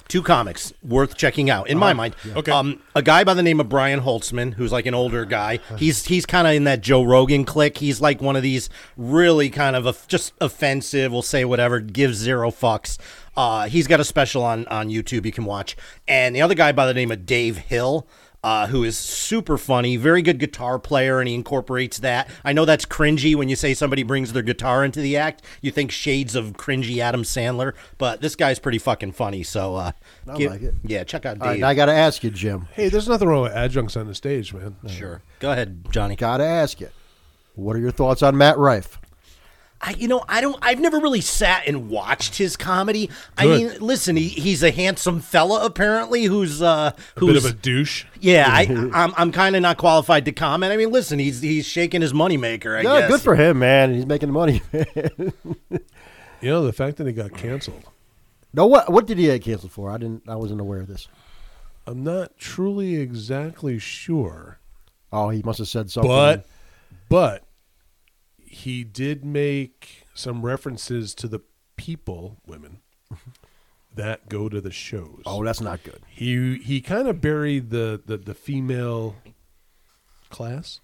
two comics worth checking out in my
Uh-huh.
mind.
Okay.
Um, a guy by the name of Brian Holtzman, who's like an older guy. He's he's kind of in that Joe Rogan clique. He's like one of these really kind of of- just offensive. Will say whatever, gives zero fucks. Uh, he's got a special on on YouTube you can watch. And the other guy by the name of Dave Hill. Uh, who is super funny, very good guitar player, and he incorporates that. I know that's cringy when you say somebody brings their guitar into the act. You think shades of cringy Adam Sandler, but this guy's pretty fucking funny. So uh,
I
Give-
like it.
Yeah, check out
All right,
Dave.
now I got to ask you, Jim.
Hey, there's nothing wrong with adjuncts on the stage, man.
sure. Go ahead, Johnny.
Got to ask you. What are your thoughts on Matt Rife?
I, you know, I don't. I've never really sat and watched his comedy. I
Good.
mean, listen, he, he's a handsome fella apparently. Who's uh,
A bit
who's
of a douche.
yeah. I, I'm I'm kind of not qualified to comment. I mean, listen, he's he's shaking his moneymaker. I
Yeah,
guess.
good for him, man. He's making the money.
You know the fact that he got canceled.
no, what what did he get canceled for? I didn't. I wasn't aware of this.
I'm not truly exactly sure,
Oh, he must have said something.
but but he did make some references to the people, women, that go to the shows.
oh, that's not good.
he he kind of buried the, the the female class.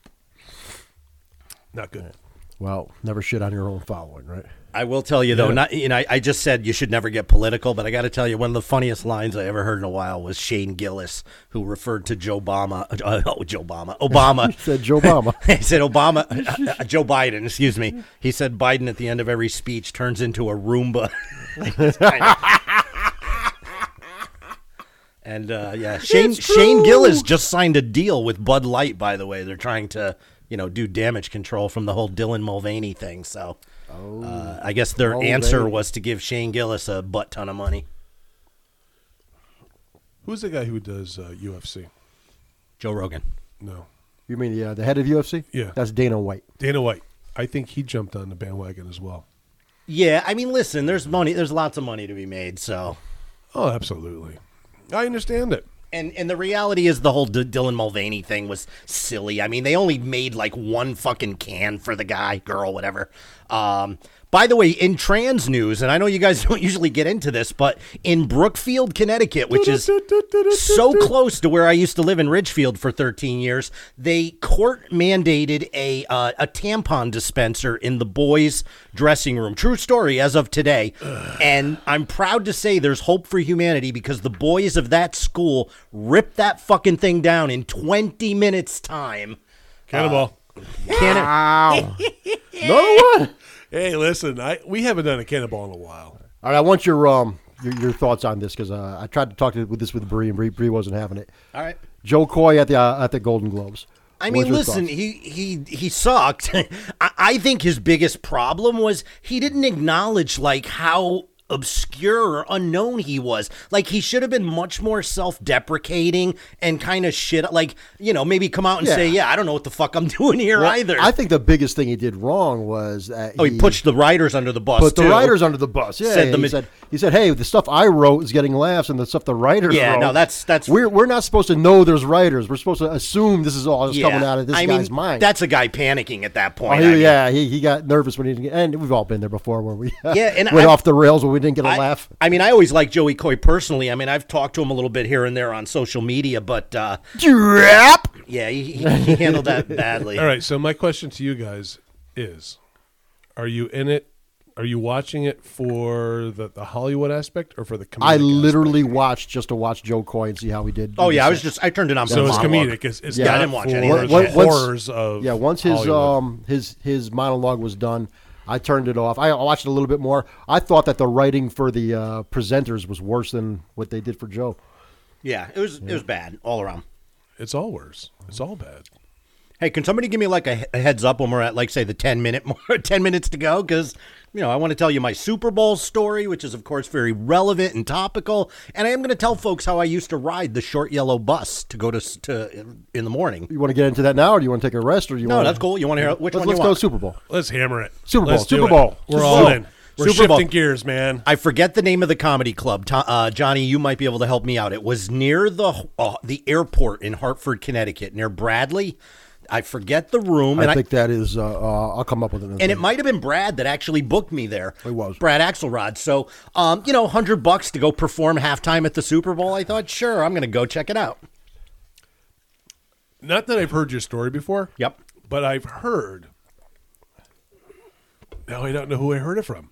Not good.
Well, never shit on your own following, right?
I will tell you though,
Yeah.
not you know, I, I just said you should never get political, but I got to tell you, one of the funniest lines I ever heard in a while was Shane Gillis, who referred to Joe Obama, uh, oh, Joe Obama, Obama
Said Joe Obama.
he said Obama, uh, uh, Joe Biden, excuse me. He said Biden at the end of every speech turns into a Roomba. It's kinda- and uh, yeah, Shane Shane Gillis just signed a deal with Bud Light. By the way, they're trying to you know do damage control from the whole Dylan Mulvaney thing. So uh, I guess their
Mulvaney.
answer was to give Shane Gillis a butt ton of money.
Who's the guy who does uh, UFC?
Joe Rogan.
No,
you mean the uh, the head of UFC?
Yeah.
That's Dana White.
Dana White. I think he jumped on the bandwagon as well.
Yeah, I mean, listen, there's money. There's lots of money to be made. So
Oh, absolutely. I understand it.
And and the reality is the whole D- Dylan Mulvaney thing was silly. I mean, they only made like one fucking can for the guy, girl, whatever. Um, by the way, in trans news, and I know you guys don't usually get into this, but in Brookfield, Connecticut, which is so close to where I used to live in Ridgefield for 13 years, they court mandated a uh, a tampon dispenser in the boys' dressing room. True story, as of today, and I'm proud to say there's hope for humanity because the boys of that school ripped that fucking thing down in 20 minutes time.
Cannonball.
Can
Another one.
hey, listen, I we haven't done a cannonball in a while.
All right, I want your um your, your thoughts on this because uh, I tried to talk to, with this with Bree and Bree, Bree wasn't having it.
all right.
Joe Coy at the uh, at the Golden Globes.
I
What
mean,
was your
listen,
thoughts?
he he he sucked. I, I think his biggest problem was he didn't acknowledge like how obscure or unknown he was. Like he should have been much more self-deprecating and kind of shit. Like you know, maybe come out and say,
Yeah.
"Yeah, I don't know what the fuck I'm doing here
Well,
either."
I think the biggest thing he did wrong was that
oh, he pushed the writers under the bus.
put the
too.
writers under the bus. Yeah,
Said the
he
ma-
said he said, "Hey, the stuff I wrote is getting laughs, and the stuff the writers
Yeah,
wrote-
no, that's- that's-
we're we're not supposed to know there's writers. We're supposed to assume this is all that's coming out of this
I
guy's
mean,
mind."
That's a guy panicking at that
Oh,
point.
he-
I mean,
yeah, he, he got nervous when he didn't get, and we've all been there before where we uh,
Yeah, and
went
I-
off the rails when we didn't get a
I,
laugh.
I mean, I always like Joey Coy personally. I mean, I've talked to him a little bit here and there on social media, but uh,
Drap.
Yeah, he, he, he handled that badly.
All right, so my question to you guys is Are you in it? Are you watching it for the, the Hollywood aspect or for the comedic
I
aspect?
literally watched just to watch Joe Coy and see how he did.
Oh yeah, I was
just.
just I turned it on.
So
for
it's
monologue.
comedic. It's, it's
Yeah,
not
I didn't watch
for
any of
the
that shit.
Once-
horrors of
yeah once his
Hollywood.
um his his monologue was done i turned it off i watched it a little bit more i thought that the writing for the uh, presenters was worse than what they did for joe
Yeah, it was it was bad all around.
uh,
it's all worse. It's all bad.
Hey, can somebody give me like a, a heads up when we're at like say the ten minute more ten minutes to go? Because you know I want to tell you my Super Bowl story, which is of course very relevant and topical, and I am going to tell folks how I used to ride the short yellow bus to go to s- to in the morning.
you want to get into that now or do you want to take a rest or do you
No,
want
that's cool. You want to hear which
let's,
one you
let's
want?
go super bowl
Let's hammer it.
Super Bowl,
Let's do
Super
it.
Bowl.
We're
Super
all
Bowl.
in. We're
Super Bowl.
shifting gears, man.
I forget the name of the comedy club. To- uh, Johnny, you might be able to help me out. It was near the uh, the airport in Hartford, Connecticut, near Bradley. I forget the room, and
i
I,
think that is uh, uh i'll come up with it
and it might have been Brad that actually booked me there. It
was.
Brad Axelrod. So, um, you know, hundred bucks to go perform halftime at the Super Bowl. I thought, sure, I'm going to go check it out.
Not that I've heard your story before.
Yep.
But I've heard. Now I don't know who I heard it from.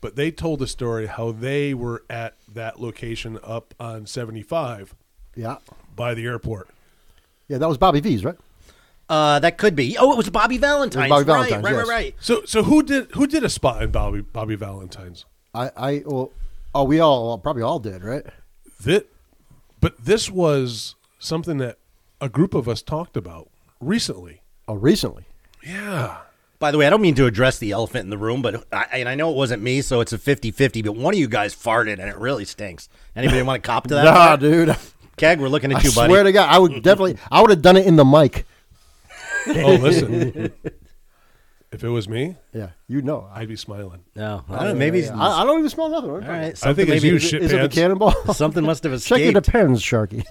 But they told the story how they were at that location up on 75
yeah
by the airport.
yeah that was bobby v's right
Uh, that could be. Oh, it was Bobby Valentine's.
Bobby
right,
Valentine's,
right,
yes.
right, right.
So so who did who did a spot in Bobby Bobby Valentine's?
i i well oh we all probably all did right
That but this was something that a group of us talked about recently.
oh recently
Yeah.
By the way, I don't mean to address the elephant in the room, but I, and I know it wasn't me, so it's a 50-50, but one of you guys farted and it really stinks. Anybody want to cop to that?
nah dude
Keg, we're looking at
i
you, buddy.
swear to god i would definitely i would have done it in the mic
Oh, listen. if it was me,
yeah you know i,
I'd be smiling.
no, I don't know, maybe it's-
Oh, I, I don't even smell nothing all
all right,
I think
something
it's
maybe-
you,
is,
shit
it- is it the
pants.
cannonball
Something must have
Check your
escaped.
depends, Sharky.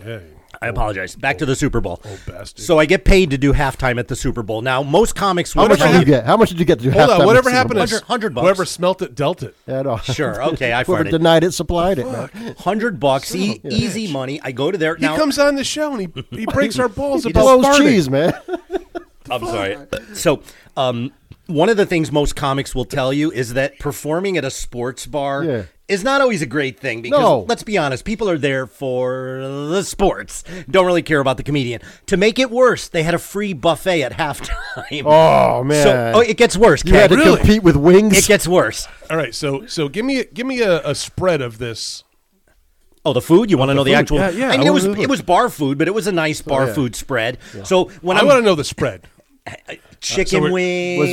Hey.
I apologize. Back to
Oh.
the Super Bowl.
bastard.
So I get paid to do halftime at the Super Bowl. Now, most comics
How
would
much
Whatever
did you
happened-
get? How much did you get to do
Hold
halftime
on, whatever
at the Super
happened
Bowl?
to
Hundred- hundred bucks.
whoever smelt it dealt it.
Yeah, no.
Sure. Okay, I
Whoever
farted.
denied it supplied it. man.
hundred bucks, e- easy money. I go to there.
He
Now,
comes on the show and he, he breaks our balls
He
about
blows
farting.
cheese, man.
I'm sorry. So, um, one of the things most comics will tell you is that performing at a sports bar
Yeah.
is not always a great thing because
No.
let's be honest, people are there for the sports, don't really care about the comedian. To make it worse, they had a free buffet at halftime.
Oh man,
so oh, it gets worse.
you had
Ken.
to
Really?
compete with wings.
It gets worse.
All right, so so give me give me a, a spread of this.
Oh, the food? You want to know the
food.
actual?
Yeah, yeah,
I
I
mean, it
wanna
was
know the-
it was bar food, but it was a nice bar
yeah.
food spread. So when
I
I'm
want to know the spread.
chicken
we're-
wings,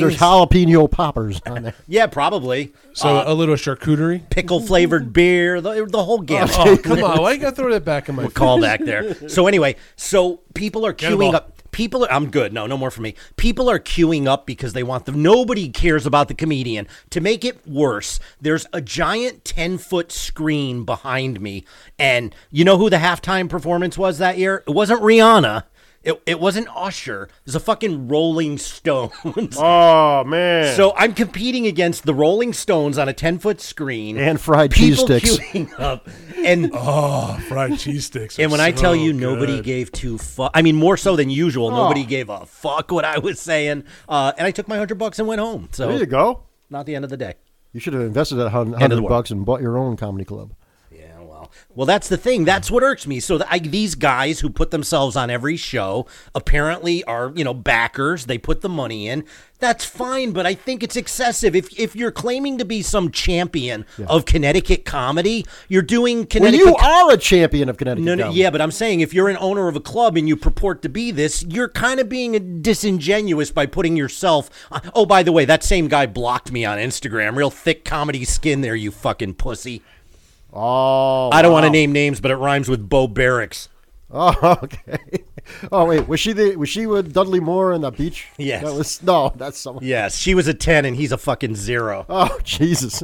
was there jalapeno poppers on there?
yeah, probably
So a little charcuterie.
pickle flavored beer, the, the whole gamut.
Oh come on! Why you gotta throw that back in my face?
call back there. So anyway, so people are
Cannonball.
queuing up. People are, I'm good. No, no more for me. People are queuing up because they want the, nobody cares about the comedian. To make it worse, there's a giant 10 foot screen behind me. And you know who the halftime performance was that year? It wasn't Rihanna. It, it wasn't Usher. It was a fucking Rolling Stones.
Oh man.
So I'm competing against the Rolling Stones on a 10 foot screen
And fried cheese
people
sticks.
queuing up. And
Oh, fried cheese sticks.
and when I tell you nobody
gets
gave two fuck, I mean more so than usual,
Oh.
nobody gave a fuck what I was saying. Uh, and I took my hundred bucks and went home. So
there you go.
not the end of the day.
You should have invested that hun-
End of the
hundred
world.
bucks and bought your own comedy club.
Yeah, well, well, that's the thing. That's what irks me. So the, I, these guys who put themselves on every show apparently are, you know, backers. They put the money in. That's fine, but I think it's excessive. If if you're claiming to be some champion of Connecticut comedy, you're doing
Well,
Connecticut.
you are a champion of Connecticut.
No, no,
comedy.
yeah, but I'm saying if you're an owner of a club and you purport to be this, you're kind of being disingenuous by putting yourself. oh, by the way, that same guy blocked me on Instagram. Real thick comedy skin there, you fucking pussy.
Oh,
I don't want
wow.
to name names, but it rhymes with Bo Barracks.
Oh, okay. Oh wait, was she the was she with Dudley Moore on that beach?
Yes.
That was no, that's someone.
Yes, she was a 10 and he's a fucking zero.
Oh Jesus,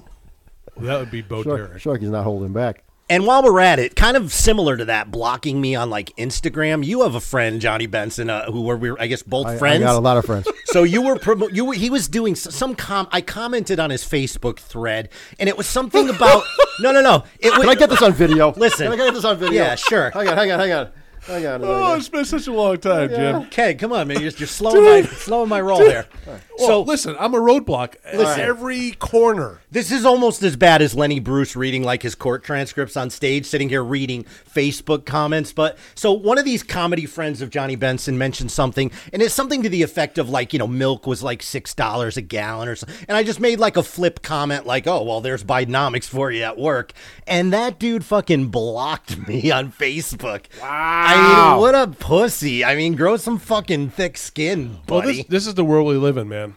that would be Bo
Shark,
Derek.
Sharky's not holding back.
And while we're at it, kind of similar to that, blocking me on like Instagram, you have a friend, Johnny Benson, uh, who were, we were, I guess, both
I,
friends.
I got a lot of friends.
so you were promo- you were, he was doing s- some com I commented on his Facebook thread and it was something about no no no it was
Can I get this on video?
Listen.
Can I get this on video?
Yeah, sure.
Hang on, hang on, hang on, hang on.
Oh, it's been such a long time, Jim.
okay come on man you're, you're slowing my slowing my roll there
Well,
so
listen, I'm a roadblock at
Listen.
every corner.
this is almost as bad as Lenny Bruce reading like his court transcripts on stage, sitting here reading Facebook comments. But so one of these comedy friends of Johnny Benson mentioned something, and it's something to the effect of like, you know, milk was like six dollars a gallon or something. And I just made like a flip comment, like, oh well, there's Bidenomics for you at work. And that dude fucking blocked me on Facebook. Wow. I mean, what a pussy. I mean, grow some fucking thick skin, buddy.
Well, this, this is the world we live in, man.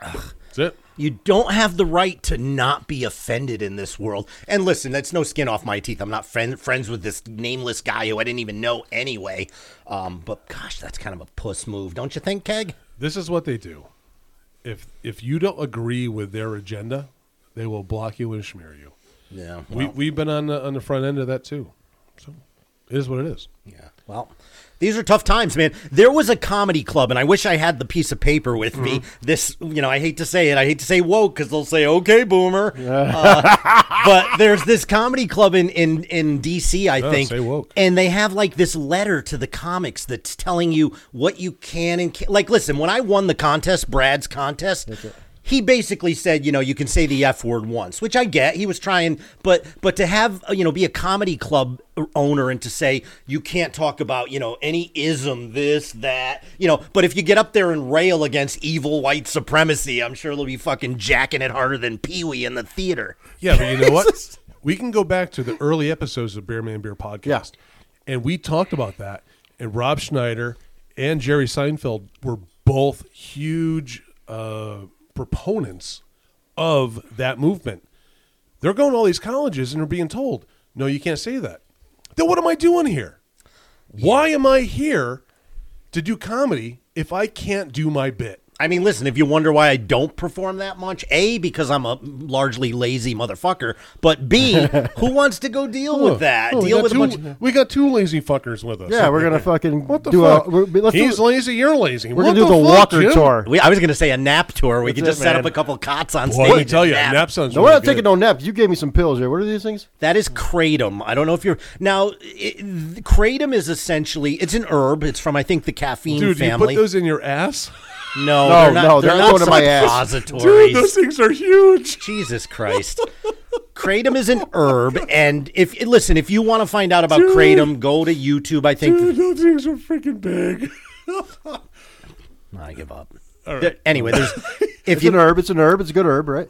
That's it.
You don't have the right to not be offended in this world. And listen, that's no skin off my teeth. I'm not friend, friends with this nameless guy who I didn't even know anyway. Um, but gosh, that's kind of a puss move, don't you think, Keg?
This is what they do. If if you don't agree with their agenda, they will block you and smear you.
Yeah.
We we've been on the on the front end of that too. So it is what it is.
Yeah. Well, these are tough times, man. There was a comedy club, and I wish I had the piece of paper with me. This, you know, I hate to say it. I hate to say woke because they'll say, okay, boomer. Uh, but there's this comedy club in, in, in D.C., I
Yeah,
think.
Oh, say woke.
And they have like this letter to the comics that's telling you what you can and can Like, listen, when I won the contest, Brad's contest. He basically said, you know, you can say the F word once, which I get. He was trying, but but to have, uh, you know, be a comedy club owner and to say you can't talk about, you know, any ism, this, that, you know, but if you get up there and rail against evil white supremacy, I'm sure they'll be fucking jacking it harder than Pee Wee in the theater.
Yeah, but you know what? We can go back to the early episodes of Beer Man Beer podcast,
Yeah.
and we talked about that. And Rob Schneider and Jerry Seinfeld were both huge uh, proponents of that movement. They're going to all these colleges and they're being told, "No, you can't say that." Then what am I doing here? Why am I here to do comedy if I can't do my bit?
I mean, listen, if you wonder why I don't perform that much, A, because I'm a largely lazy motherfucker, but B, who wants to go deal with that?
Oh, we
deal
got
with
two-
a bunch of-
we got two lazy fuckers with us.
yeah, we're gonna fucking
What the
do
fuck?
a. We're, let's
He's
do,
lazy. You're lazy.
we're
What
gonna do the,
fuck,
Walker
Jim?
tour.
we, I was going to say a nap tour. We could
That's
just
it,
set
man.
up a couple cots on
Well,
stage.
let me tell
and
you,
nap.
nap sounds.
No, we're
really
not
good.
taking no nap. You gave me some pills here. What are these things?
That is kratom. I don't know if you're now. It, kratom is essentially it's an herb. It's from I think the caffeine
Dude,
family.
you put those in your ass?
No,
no, they're not,
no,
they're,
they're
not
going to my ass.
suppositories.
Those things are huge.
Jesus Christ. Kratom is an herb, and if listen, if you want to find out about kratom, go to YouTube. I think
Dude, those things are freaking big.
I give up. There- anyway, there's if
It's an
you
herb. It's an herb. It's a good herb, right?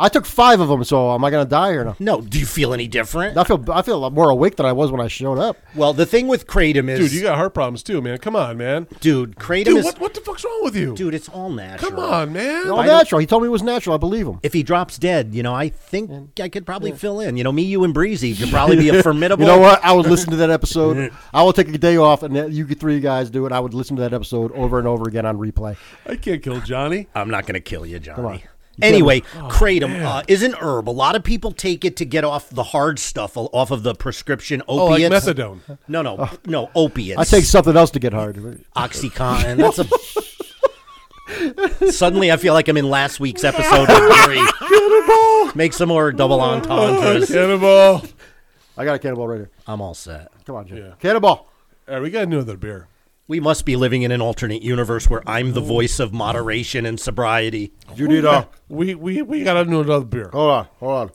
I took five of them, so am I going to die or no?
No, do you feel any different?
I feel I feel a lot more awake than I was when I showed up.
Well, the thing with kratom is,
Dude, you got heart problems too, man. Come on, man.
dude, kratom
Dude,
is,
what, what the fuck's wrong with you?
dude, it's all natural.
Come on, man.
All natural. He told me it was natural. I believe him.
If he drops dead, you know, I think I could probably fill in. You know, me, you, and Breezy could probably be a formidable.
You know what? I would listen to that episode. I will take a day off, and that- you three guys do it. I would listen to that episode over and over again on replay.
I can't kill Johnny.
I'm not going to kill you, Johnny.
on.
Anyway,
Oh,
kratom uh, is an herb. A lot of people take it to get off the hard stuff, o- off of the prescription
Oh, like
opiates.
methadone.
No, no, no, opiates.
Oh. I take something else to get hard.
OxyContin. That's a. Suddenly, I feel like I'm in last week's episode of three. Make some more double
Oh,
entendres.
Cannonball.
I got a cannonball right here.
I'm all set.
Come on, Jim.
Yeah. All
Cannonball.
right, we got another beer.
We must be living in an alternate universe where I'm the voice of moderation and sobriety.
You need
uh,
a.
We we we got another beer.
Hold on. Hold on.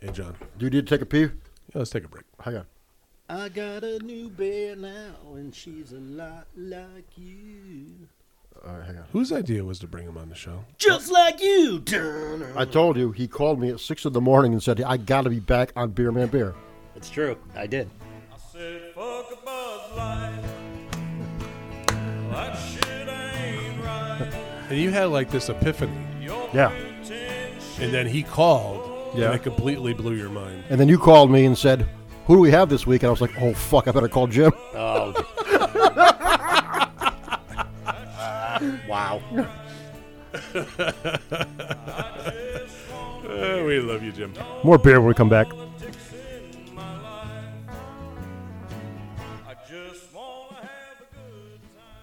Hey, John.
Do you need to take a pee?
Yeah, let's take a break.
Hang on.
I got a new bear now, and she's a lot like you.
Whose idea was to bring him on the show?
Just like you,
I told you he called me at six in the morning and said I got to be back on Beer Man Beer.
It's true. I did.
Said fuck a Bud Light. That shit ain't right.
And you had like this epiphany,
Yeah.
and then he called,
Yeah.
and it completely blew your mind.
And then you called me and said, "Who do we have this week?" And I was like, "Oh fuck, I better call Jim."
Oh. wow.
Uh, we love you, Jim.
More beer when we come back.
I just wanna have a good time.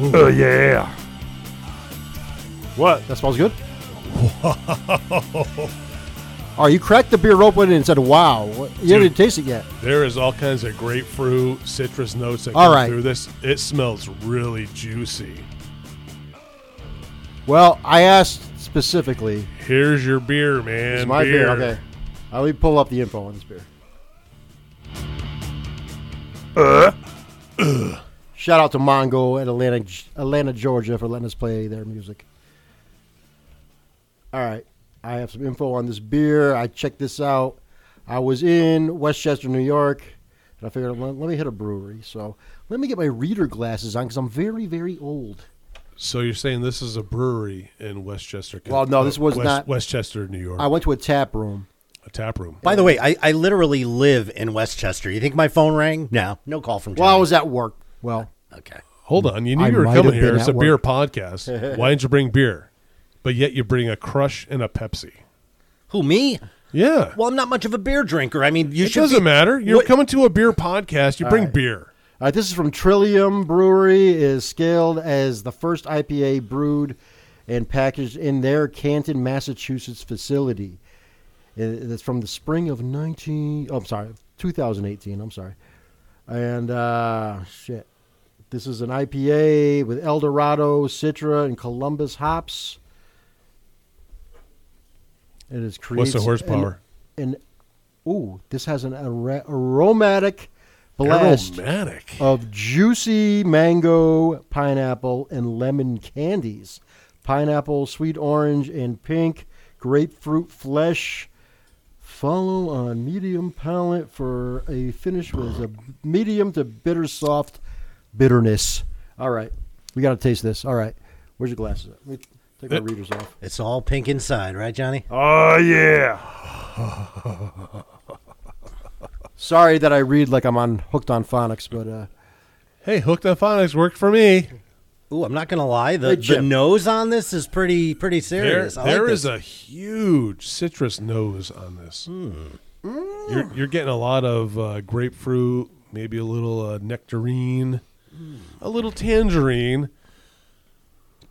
Oh, yeah. What?
That smells good. All right, you cracked the beer open and said, "Wow, What- you haven't even tasted it yet."
There is all kinds of grapefruit, citrus notes that
All
come
right.
through this. It smells really juicy.
Well, I asked specifically.
Here's your beer, man.
It's my beer. Okay, Uh, let me pull up the info on this beer. Shout out to Mongo and Atlanta, Atlanta, Georgia, for letting us play their music. All right, I have some info on this beer. I checked this out. I was in Westchester, New York, and I figured let, let me hit a brewery. So let me get my reader glasses on because I'm very, very old.
So you're saying this is a brewery in Westchester? Ken-
Well, no, this was
West-
not-
Westchester, New York.
I went to a tap room.
a tap room.
By the way, I, I literally live in Westchester. You think my phone rang? No, no call from.
Well, I
Johnny.
was at work. Well,
okay.
Hold on, you knew
I
you were
might
coming
have been
here. It's
at
a beer podcast. Why didn't you bring beer? But yet you bring a crush and a Pepsi.
Who me?
Yeah,
Well, I'm not much of a beer drinker. I mean, you
it
should.
doesn't
be-
matter. You're
What-
coming to a beer podcast. You bring beer.
All right, this is from Trillium Brewery. It is scaled as the first IPA brewed and packaged in their Canton, Massachusetts facility. It- It's from the spring of 19 oh, I'm sorry, 2018, I'm sorry. And uh shit. This is an IPA with El Dorado, Citra, and Columbus hops. It is
What's
creates
the
an-
horsepower?
An, ooh, this has an ara- aromatic blast
Aromatic.
of juicy mango, pineapple, and lemon candies. Pineapple, sweet orange, and pink. Grapefruit flesh. Follow on medium palate for a finish with a medium to bitter soft bitterness. All right. We got to taste this. All right. Where's your glasses at? Let me take my readers off.
It's all pink inside, right, Johnny?
Oh, yeah.
Sorry that I read like I'm on hooked on phonics, but uh,
Hey, hooked on phonics worked for me.
Ooh, I'm not gonna lie. The,
Hey,
the
Jim.
nose on this is pretty pretty
There,
serious. I like
there is
this.
a huge citrus nose on this.
Hmm.
Mm. You're, you're getting a lot of uh, grapefruit, maybe a little uh, nectarine,
Hmm.
a little tangerine.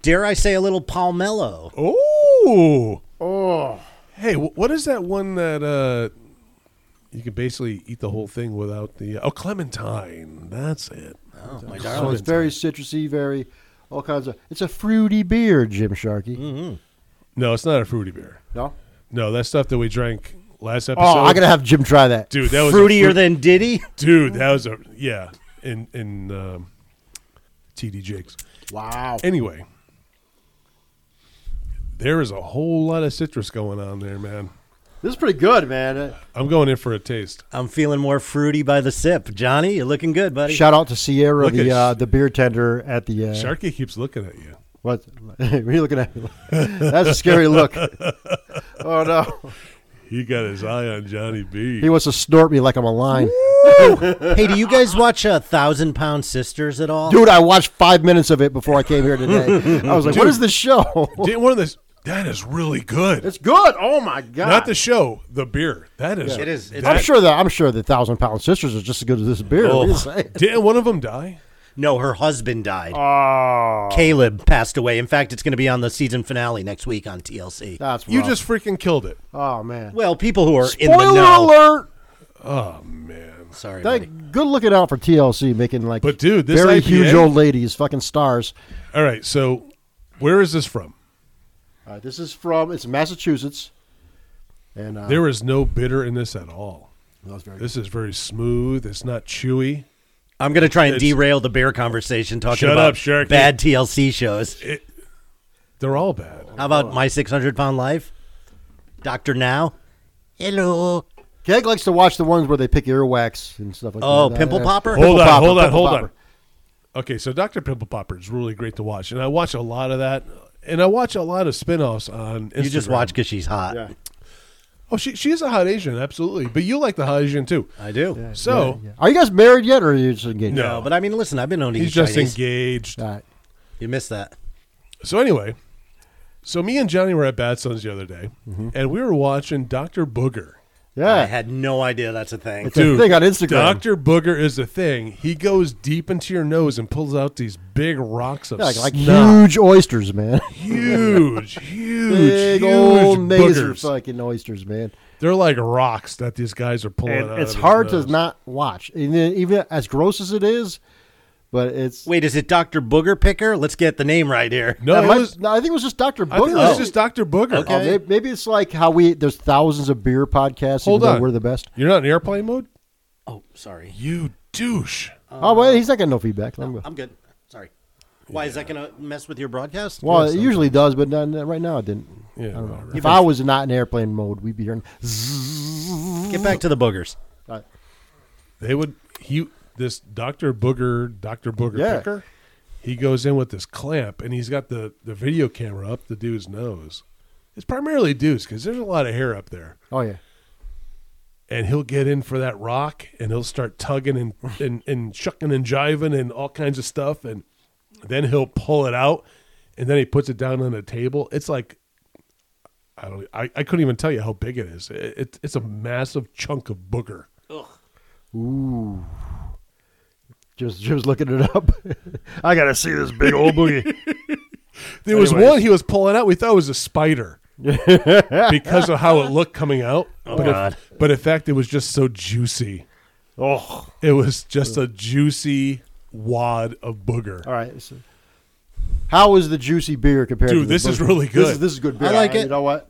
dare I say a little palmello.
Oh, oh. Hey, wh- what is that one that uh, you can basically eat the whole thing without the? Oh, clementine. That's it.
Oh, my
so
darling.
it's very citrusy, very all kinds of. It's a fruity beer, Jim Sharkey.
No, it's not a fruity beer.
No.
No, that stuff that we drank last episode.
Oh, I'm gonna have Jim try that.
dude, that was a
Fruitier
fruit-
than Diddy.
dude. That was a yeah. In in um, TD Jakes.
Wow.
Anyway, there is a whole lot of citrus going on there, man.
This is pretty good, man. Uh,
I'm going in for a taste.
I'm feeling more fruity by the sip. Johnny, you're looking good, buddy.
Shout out to Sierra,
Look
the
at-
uh, the beer tender at the. Uh,
Sharky keeps looking at you.
What? what are you looking at? me like? That's a scary look. oh no!
He got his eye on Johnny B.
He wants to snort me like I'm a lion.
hey, do you guys watch uh, Thousand Pound Sisters at all?
Dude, I watched five minutes of it before I came here today. I was like, "What is this show?"
Did one of this. That is really good.
it's good. Oh my god!
Not the show, the beer. That is.
It is- it's-
I'm
that-
sure that I'm sure the Thousand Pound Sisters is just as good as this beer. What do you
Oh.
say?
Didn't one of them die?
No, her husband died.
Oh.
Caleb passed away. In fact, it's going to be on the season finale next week on TLC.
That's
You
rough.
just freaking killed it.
oh man.
well, people who are in the
Spoiler
know.
alert!
Man.
Sorry, buddy.
Thank, good looking out for TLC making like
But, dude, this
very
IPA
huge old ladies fucking stars.
All right. So, where is this from?
All right, this is from it's Massachusetts, and uh,
There is no bitter in this at all.
that was very
This is very smooth. It's not chewy.
I'm going to try and
It's-
derail the bear conversation talking
Shut
about
up, Sharky.
bad TLC shows.
They're all bad.
How about My 600 Pound Life? Dr. Now? Hello.
Keg likes to watch the ones where they pick earwax and stuff like
Oh,
that. Uh,
Pimple Popper?
Pimple
hold on,
Popper,
hold on,
Pimple
hold
Popper.
on. Okay, so Dr. Pimple Popper is really great to watch, and I watch a lot of that, and I watch a lot of spin-offs on Instagram.
You just watch because she's hot.
Yeah.
Oh, she she's a hot Asian, absolutely. But you like the hot Asian too.
I do.
So
Are you guys married yet, or are you just engaged?
No.
No, but I mean, listen, I've been known to
he's
eat
just
Chinese.
engaged.
All right.
You missed that.
So anyway, so me and Johnny were at Bad Sons the other day,
Mm-hmm.
and we were watching Dr. Booger.
I
Yeah.
had no idea that's a thing.
It's a thing on Instagram.
Dr. Booger is the thing. He goes deep into your nose and pulls out these big rocks of
Yeah, like like
snot.
huge oysters, man.
huge, huge,
Big
huge
old mazer
boogers.
fucking oysters, man.
They're like rocks that these guys are pulling.
And
out
it's
of his
hard to
nose.
not watch, and then even as gross as it is. But it's
Wait, is it Dr. Booger Picker? Let's get the name right here.
No,
That
it
might-
was.
no, I think it was just Doctor
I think
Booger.
it was just Doctor Booger.
Oh, may- maybe it's like how we there's thousands of beer podcasts.
Hold
even though
on.
we're the best.
You're not in airplane mode.
Oh, sorry.
You douche.
oh well, he's not getting no feedback. Let him go.
I'm good. Sorry. Why is that going to mess with your broadcast?
Well, it usually does, but not, not right now it didn't.
Yeah,
I don't know.
whatever.
If I was not in airplane mode, we'd be hearing. uh,
Get back to the boogers.
All right.
They would. He this Doctor Booger, Doctor Booger
Yeah.
Picker. He goes in with this clamp, and he's got the the video camera up the dude's nose. It's primarily dudes because there's a lot of hair up there,
Oh yeah,
and he'll get in for that rock, and he'll start tugging and and, and shucking and jiving and all kinds of stuff, and then he'll pull it out, and then he puts it down on a table. It's like. I don't. I, I couldn't even tell you how big it is. It, it, it's a massive chunk of booger.
just just looking it up.
I gotta see this big old boogie.
There was
Anyways.
one he was pulling out. We thought it was a spider because of how it looked coming out. but,
God.
If, but in fact, it was just so juicy.
Oh,
It was just a juicy wad of booger.
All right. So. How is the juicy beer compared?
Dude,
to the
this is
Booger?
really
This
good.
is, this is good beer.
I like
And
it.
You know what?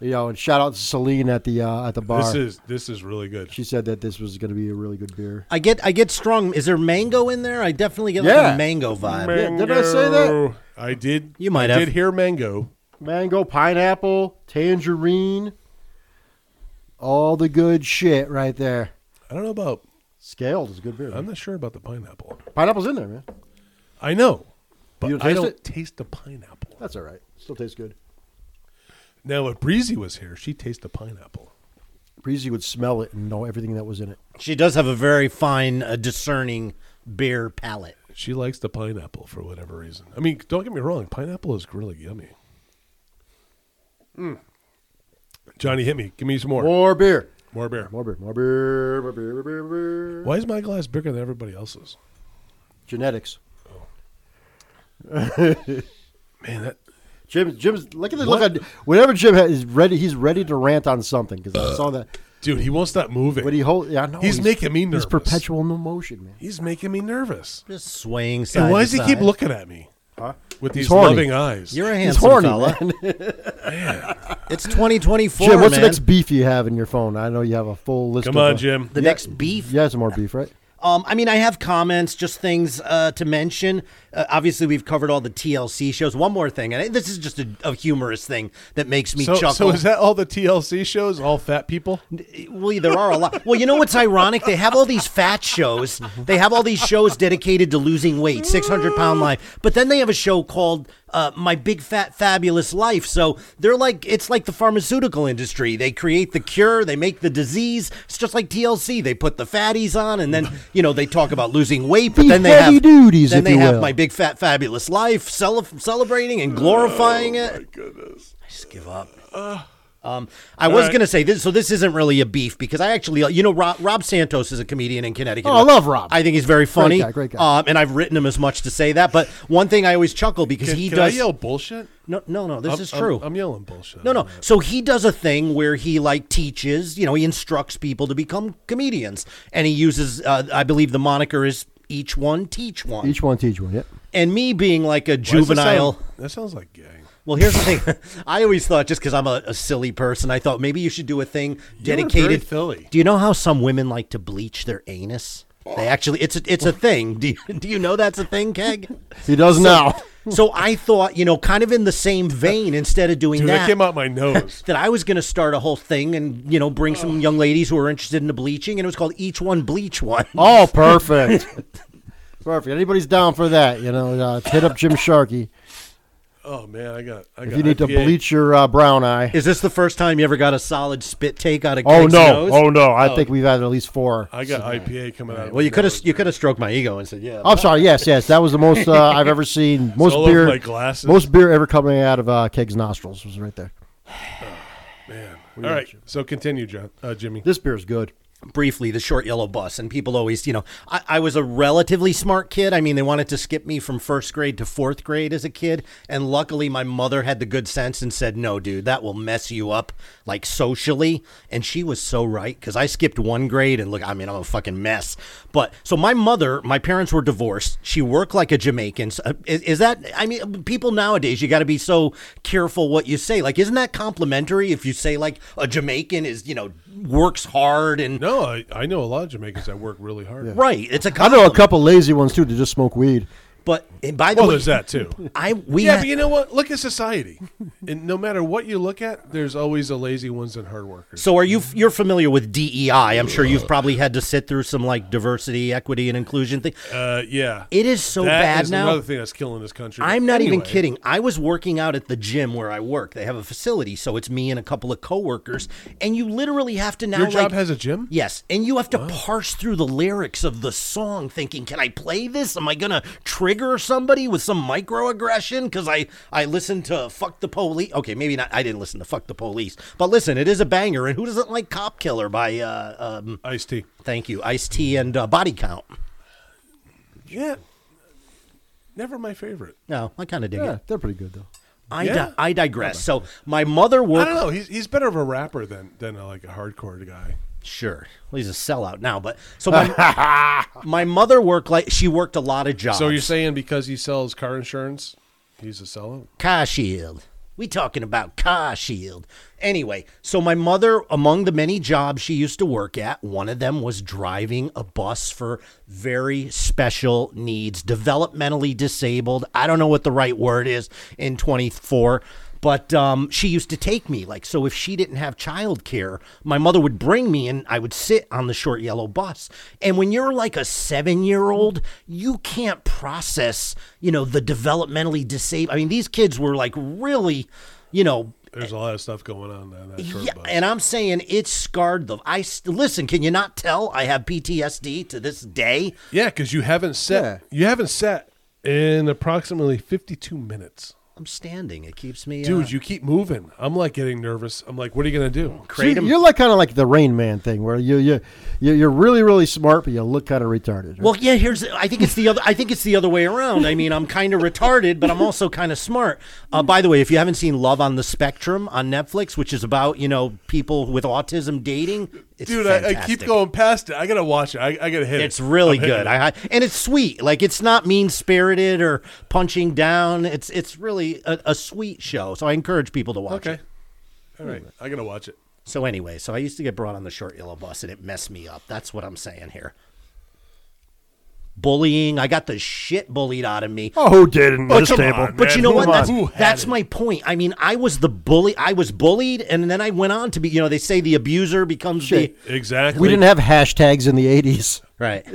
You know, and shout out to Celine at the uh, at the bar.
This is this is really good.
she said that this was going to be a really good beer.
I get I get strong. Is there mango in there? I definitely get like
Yeah.
a mango vibe.
Yeah, did I say that?
Mango. I did.
You might
I
have.
did hear mango.
Mango, pineapple, tangerine, all the good shit right there.
I don't know about.
Scaled is a good beer.
I'm
man.
not sure about the pineapple.
Pineapple's in there, man.
I know, but
You don't
I
taste
don't
it?
taste the pineapple.
That's all right. Still tastes good.
Now, if Breezy was here, she tastes the pineapple.
Breezy would smell it and know everything that was in it.
She does have a very fine, uh, discerning beer palate.
She likes the pineapple for whatever reason. I mean, don't get me wrong, pineapple is really yummy. Johnny, hit me. Give me some more. More,
Mm. More beer.
beer.
More beer. More beer. More beer. More beer. More beer.
Why is my glass bigger than everybody else's?
Genetics.
Man, that
Jim, Jim's look at this.
What?
Look at whenever Jim ha- is ready, he's ready to rant on something because I saw that.
dude, he won't stop moving.
But he hold, yeah, I know,
he's, making me nervous.
He's perpetual in motion, man.
He's making me nervous.
Just swaying side.
And why
to
does he keep
side.
looking at me? with these
horny.
loving eyes.
You're a
He's
handsome
horny,
fella.
man.
It's 2024,
Jim, what's
man.
the next beef you have in your phone? I know you have a full list.
Come
of,
on,
uh,
Jim.
The
Yeah.
next beef.
You have some more beef, right?
Um, I mean, I have comments, just things uh, to mention. Uh, obviously, we've covered all the TLC shows. One more thing, and I- this is just a, a humorous thing that makes me
so,
chuckle.
so is that all the TLC shows? All fat people?
Well, there are a lot. Well, you know what's ironic? They have all these fat shows. They have all these shows dedicated to losing weight, 600 pound life. But then they have a show called uh, My Big Fat Fabulous Life. So they're like, it's like the pharmaceutical industry. They create the cure, they make the disease. It's just like TLC. They put the fatties on, and then, you know, they talk about losing weight. But
The
then they have,
heavy duties,
then
if
they
you
have
will.
My Big Fat Fabulous Life, cele- celebrating and glorifying it. My goodness. I just give up. Um, I was
right.
gonna say this, so this isn't really a beef because I actually, uh, you know, Rob, Rob Santos is a comedian in Connecticut.
Oh, I love Rob.
I think he's very funny.
guy, great guy.
Um, and I've written him as much to say that. But one thing I always chuckle because
Can,
he
can
does.
I yell bullshit?
No, no, no. This
I'm-
is
I'm-
true.
I'm, yelling bullshit.
No, no. So he does a thing where he like teaches, you know, he instructs people to become comedians, and he uses, uh, I believe, the moniker is each one teach one.
Each one teach one. Yep.
and me being like a
Why does that
juvenile.
sound- That sounds like gang.
Well, here's the thing. I always thought just because I'm a, a silly person, I thought maybe you should do a thing
very
dedicated.
silly.
Do you know how some women like to bleach their anus? They actually, it's a, it's a thing. Do you, do you know that's a thing, Keg?
He does now.
so I thought, you know, kind of in the same vein, instead of doing
Dude, that
that,
came out my nose.
that I was going to start a whole thing and you know bring some young ladies who are interested in the bleaching, and it was called each one bleach one.
Oh, perfect. perfect. Anybody's down for that, you know, uh, hit up Jim Sharkey
oh man, I got. I got
if you need to
IPA.
bleach your uh, brown eye.
Is this the first time you ever got a solid spit take out of?
Oh
Keg's
no!
nose?
Oh no! I think we've had at least four.
I got IPA coming out. of
Well,
my
you could have
nose.
you could have stroked my ego and said, yeah.
I'm sorry. Yes, yes. That was the most uh, I've ever seen. Most
all over
beer,
my glasses.
most beer ever coming out of uh, Keg's nostrils was right there.
All right, so continue, John, uh, Jimmy.
This beer's good.
briefly the short yellow bus and people always you know I, I was a relatively smart kid i mean they wanted to skip me from first grade to fourth grade as a kid and luckily my mother had the good sense and said no dude that will mess you up like socially and she was so right because i skipped one grade and look i mean i'm a fucking mess but so my mother my parents were divorced she worked like a jamaican so, uh, is, is that i mean people nowadays you got to be so careful what you say like isn't that complimentary if you say like a jamaican is you know works hard and
No, I, I know a lot of Jamaicans that work really hard.
Right. It's a
I
compliment.
know a couple lazy ones too that just smoke weed.
But and by the
Well,
way,
there's that too.
I we
Yeah,
ha-
but you know what? Look at society, and no matter what you look at, there's always the lazy ones and hard workers.
so are you f- you're familiar with DEI? I'm sure you've probably had to sit through some like diversity, equity, and inclusion thing.
uh, yeah,
It is so
That
bad
is
now.
Another thing that's killing this country.
I'm not even
Anyway,
kidding. I was working out at the gym where I work. They have a facility, so it's me and a couple of coworkers, and you literally have to now
Your
like
job has a gym.
Yes, and you have to parse through the lyrics of the song, thinking, "Can I play this? Am I gonna trigger somebody with some microaggression?" Because I I listened to "Fuck the Police." Okay, maybe not. I didn't listen to "Fuck the Police," but listen, it is a banger. And who doesn't like "Cop Killer" by uh, um,
Ice tea.
thank you, Ice T and uh, Body Count.
Yeah, never my favorite.
No, I kind of dig
Yeah,
it.
they're pretty good though.
I
Yeah.
di- I digress. So my mother
I
worked.
don't know. He's he's better of a rapper than than uh like a hardcore guy.
Sure, well, he's a sellout now, but so my, my mother worked like she worked a lot of jobs.
So you're saying because he sells car insurance, he's a sellout?
car shield. We talking about car shield. Anyway, so my mother, among the many jobs she used to work at, one of them was driving a bus for very special needs, developmentally disabled. I don't know what the right word is in 24, but um, she used to take me. Like, so if she didn't have childcare, my mother would bring me and I would sit on the short yellow bus. And when you're like a seven year old, you can't process, you know, the developmentally disabled. I mean, these kids were like really, you know,
There's a lot of stuff going on on that short
yeah,
bus.
and I'm saying it scarred them. I s- listen. Can you not tell? I have PTSD to this day.
Yeah, because you haven't set you haven't set in approximately 52 minutes.
I'm standing. It keeps me. uh,
Dude, you keep moving. I'm like getting nervous. I'm like, what are you gonna do?
So you- you're like kind of like the Rain Man thing, where you you you- you're really really smart, but you look kind of retarded. right?
Well, yeah. Here's. I think it's the other. I think it's the other way around. I mean, I'm kind of retarded, but I'm also kind of smart. Uh, by the way, if you haven't seen Love on the Spectrum on Netflix, which is about you know people with autism dating, It's
Dude, I, I keep
fantastic.
going past it. I gotta watch it. I, I gotta hit it.
It's really
I'm hitting
good.
it.
I, I and it's sweet. Like it's not mean spirited or punching down. It's it's really a, a sweet show. So I encourage people to watch
okay.
it.
All right, I gotta watch it.
So anyway, so I used to get brought on the short yellow bus and it messed me up. That's what I'm saying here. Bullying. I got the shit bullied out of me.
Oh, who didn't? this table.
on,
But
But
man.
you know
Who
what?
am I?
That's,
Who had
that's
it?
my point. I mean, I was the bully. I was bullied, and then I went on to be. You know, they say the abuser becomes
Exactly.
We didn't have hashtags in the 80s.
the right.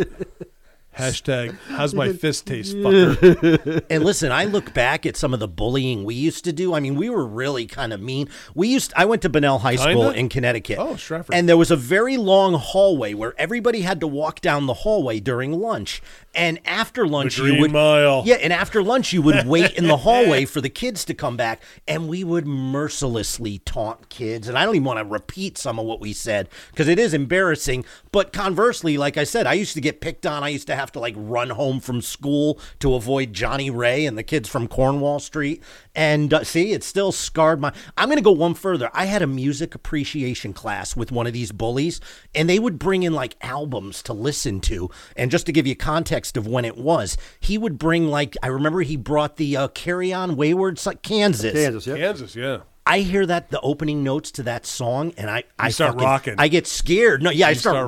hashtag. How's my fist taste, fucker?
and listen, I look back at some of the bullying we used to do. I mean, we were really kind of mean. We used I went to Bunnell High School
Kinda?
in Connecticut.
Oh, Stratford.
And there was a very long hallway where everybody had to walk down the hallway during lunch. And after lunch, you
Green
would
Mile.
yeah, and after lunch, you would wait in the hallway for the kids to come back, and we would mercilessly taunt kids. And I don't even want to repeat some of what we said because it is embarrassing. But conversely, like I said, I used to get picked on. I used to have to like run home from school to avoid Johnny Ray and the kids from Cornwall Street. And uh, see, it still scarred my. I'm going to go one further. I had a music appreciation class with one of these bullies, and they would bring in like albums to listen to. And just to give you context of when it was, he would bring like I remember he brought the uh, Carry On Wayward Son- Kansas.
Kansas, yeah.
Kansas, yeah.
I hear that the opening notes to that song, and I I
start
fucking-
rocking.
I get scared. No, yeah, I
You
start,
start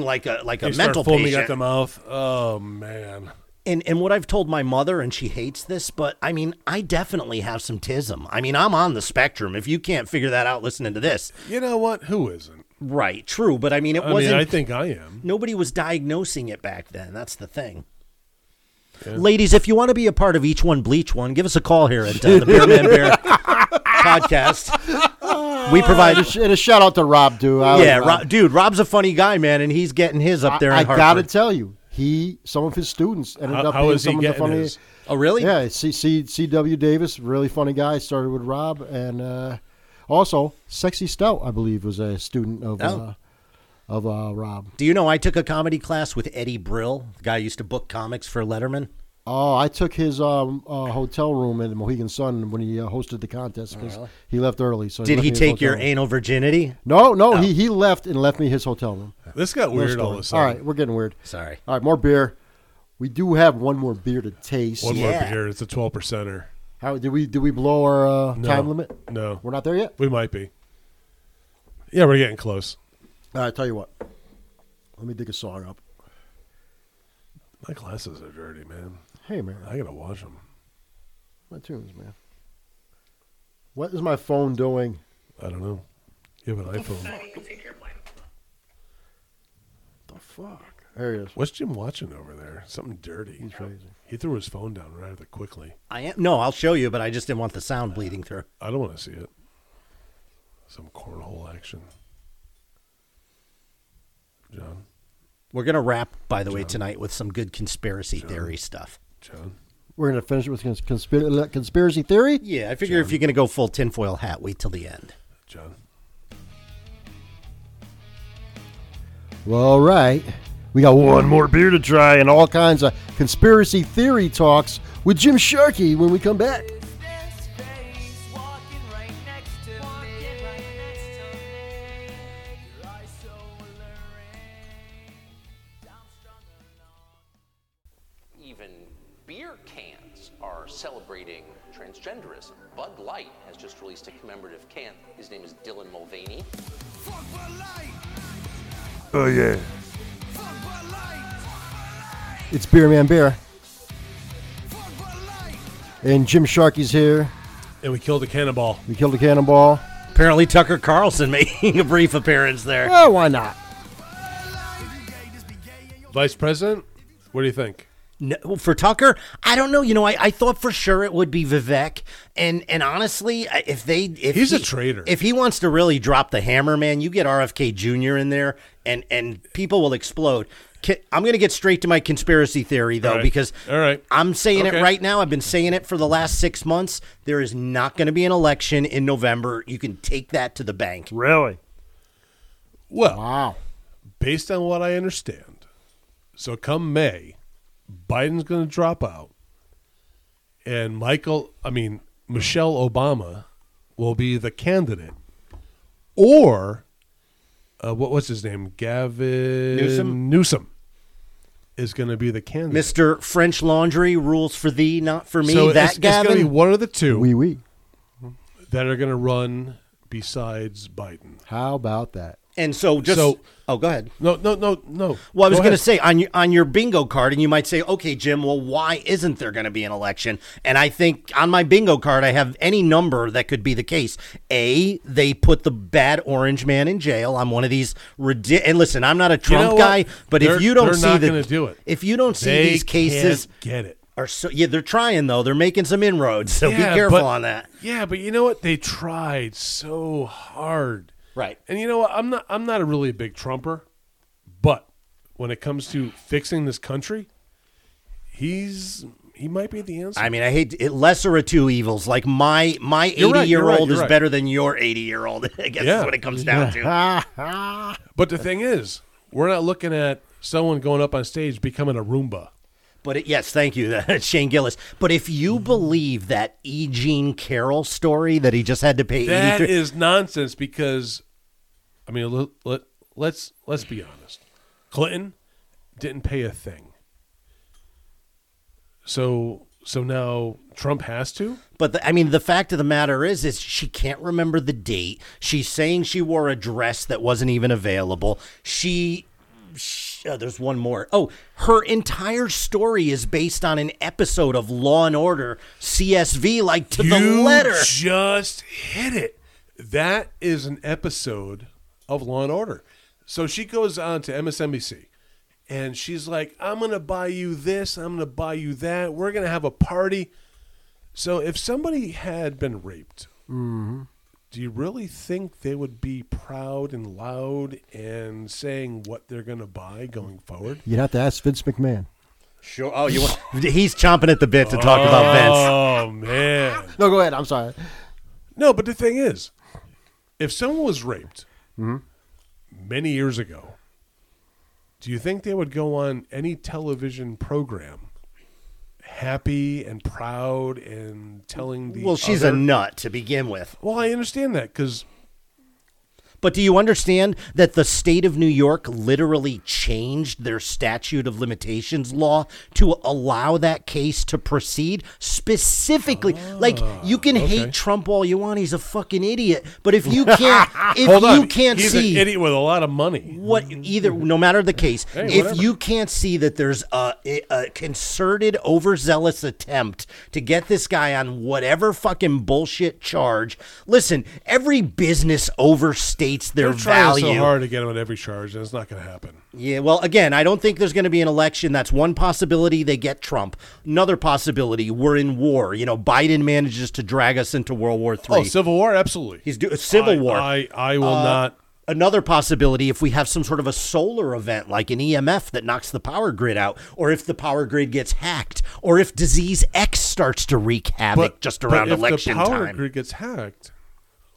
rocking.
like a like a
You start
mental
foaming
patient
at the mouth. Oh man.
and and what I've told my mother, and she hates this, but I mean, I definitely have some tism. I mean, I'm on the spectrum. If you can't figure that out listening to this,
You know what? Who isn't?
right? True, but I mean, it
I
wasn't.
mean, I think I am.
nobody was diagnosing it back then. That's the thing. Ladies, if you want to be a part of each one, bleach one, give us a call here at uh, the Bear Man Bear podcast. We provide.
And a, and a shout out to Rob, dude. I,
Yeah,
I-
Rob, dude, Rob's a funny guy, man, and he's getting his up there. In
I, gotta
Hartford.
tell you, he some of his students ended
How-
up
how
being
is he
some of the
getting
funny.
his?
Oh, really?
Yeah, C, C, C.W. Davis, really funny guy. Started with Rob, and uh, also Sexy Stout, I believe, was a student
Oh.
of uh, of uh, Rob.
Do you know I took a comedy class with Eddie Brill, the guy who used to book comics for Letterman?
Oh, I took his um, uh, hotel room in the Mohegan Sun when he uh, hosted the contest
Oh,
'cause he left early. So
Did
left me
he
his
take your
hotel room.
anal virginity?
No, no, he he left and left me his hotel room.
This got
Real
Oh. weird all of a
story.
sudden.
all right, we're getting weird.
Sorry.
All right, more beer. We do have one more beer to taste.
One
Yeah.
more beer. It's a twelve percenter.
How did we did we blow our uh,
No.
time limit?
No,
We're not there yet.
we might be. Yeah, we're getting close.
All right, tell you what. Let me dig a song up.
My glasses are dirty, man.
Hey man,
I gotta wash them.
my tunes, man. What is my phone doing?
I don't know. You have an iPhone.
The fuck. There it is.
What's Jim watching over there? Something dirty.
He's crazy.
He threw his phone down rather quickly.
I am no, I'll show you, but I just didn't want the sound bleeding through.
I don't want to see it. Some cornhole action. John,
We're gonna wrap, by the way, tonight with some good conspiracy theory stuff.
John.
We're gonna finish with cons- conspira- conspiracy theory.
Yeah, I figure if you're gonna go full tinfoil hat, wait till the end.
John.
Well, all right. We got
One
one more
more beer to try, and
and
all.
all kinds of conspiracy theory talks with Jim Sharkey when we come back.
Is this face walking right next to me? Your eyes so alluring. I'm strung along.
even beer cans are celebrating transgenderism. Bud Light has just released a commemorative can. His name is Dylan Mulvaney.
Oh yeah.
It's Beer Man Bear. And Jim Sharkey's here.
And we killed a cannonball.
We killed a cannonball.
Apparently Tucker Carlson making a brief appearance there.
Oh, why not?
Vice President, what do you think?
No, for Tucker, I don't know. You know, I, I thought for sure it would be Vivek, and and honestly, I- if they if
He's a
he-
traitor.
If he wants to really drop the hammer, man, you get RFK Jr. in there, and and people will explode. Ki- I'm gonna get straight to my conspiracy theory though,
All right.
because
All right.
I'm saying it
Okay.
right now. I've been saying it for the last six months. There is not going to be an election in November. You can take that to the bank.
Really?
Well,
Wow.
based on what I understand, so come May, Biden's going to drop out, and Michael, I mean Michelle Obama, will be the candidate, or uh, what was his name? Gavin
Newsom?
Newsom is going to be the candidate.
Mr. French Laundry rules for thee, not for me.
so
that
it's, it's
Gavin.
going to be one of the two
Wee wee.
that are going to run besides Biden.
How about that?
and so just
So-
oh, go ahead.
No, no, no, no.
Well, I was
Go
going
ahead.
to say on your on your bingo card, and you might say, "Okay, Jim. Well, why isn't there going to be an election?" And I think on my bingo card, I have any number that could be the case. A, they put the bad orange man in jail. I'm one of these. Ridi- and listen, I'm not a Trump
know what?
guy, but
They're-
if you don't
they're
see
not
the
gonna do it.
if you don't see
They
these cases
can't get it.
are so yeah, they're trying though. They're making some inroads, so
Yeah,
be careful
but-
on that.
Yeah, but you know what? They tried so hard.
Right.
And you know what? I'm not I'm not a really big trumper, but when it comes to fixing this country, he's he might be the answer.
I mean, I hate it, lesser of two evils. Like my my eighty
You're right,
year
you're right,
old
you're
is
right.
better than your eighty year old. I guess
Yeah.
is what it comes down to.
but the thing is, we're not looking at someone going up on stage becoming a Roomba.
But it, yes, thank you, Shane Gillis. But if
Mm-hmm.
you believe that E. Jean Carroll story that he just had to pay
That
eighty three,
is nonsense because I mean, let, let, let's let's be honest. Clinton didn't pay a thing. So so now Trump has to?
but the, I mean, the fact of the matter is, is she can't remember the date. She's saying she wore a dress that wasn't even available. She. sh- uh, there's one more. Oh, her entire story is based on an episode of Law and Order CSV, like to the
you
letter.
just hit it. That is an episode of Law and Order. So she goes on to MSNBC and she's like, I'm going to buy you this. I'm going to buy you that. We're going to have a party. So if somebody had been raped,
Mm-hmm.
do you really think they would be proud and loud and saying what they're going to buy going forward?
You'd have to ask Vince McMahon.
Sure. Oh, you want? He's chomping at the bit to talk about Vince.
Oh, man.
No, go ahead. I'm sorry.
No, but the thing is, if someone was raped
Mm-hmm.
many years ago, do you think they would go on any television program happy and proud and telling the
Well, she's a
other-
nut to begin with.
Well, I understand that because
But do you understand that the state of New York literally changed their statute of limitations law to allow that case to proceed specifically? like
Ah,
you can hate Trump all you want; he's a fucking idiot. But if you can't, if
hold on,
you can't
he's
see
an idiot with a lot of money.
what either no matter the case if
Mm-hmm. whatever.
you can't see that there's a, a concerted overzealous attempt to get this guy on whatever fucking bullshit charge listen every business overstates their
They're trying so
value
hard to get him on every charge, and it's not going to happen.
yeah well again i don't think there's going to be an election that's one possibility they get trump another possibility we're in war you know biden manages to drag us into world war III.
Oh, Civil War, absolutely.
he's do civil
I-
war Uh,
I I will not.
another possibility if we have some sort of a solar event like an EMF that knocks the power grid out, or if the power grid gets hacked, or if disease X starts to wreak havoc just around
if
election
the power
time.
grid gets hacked,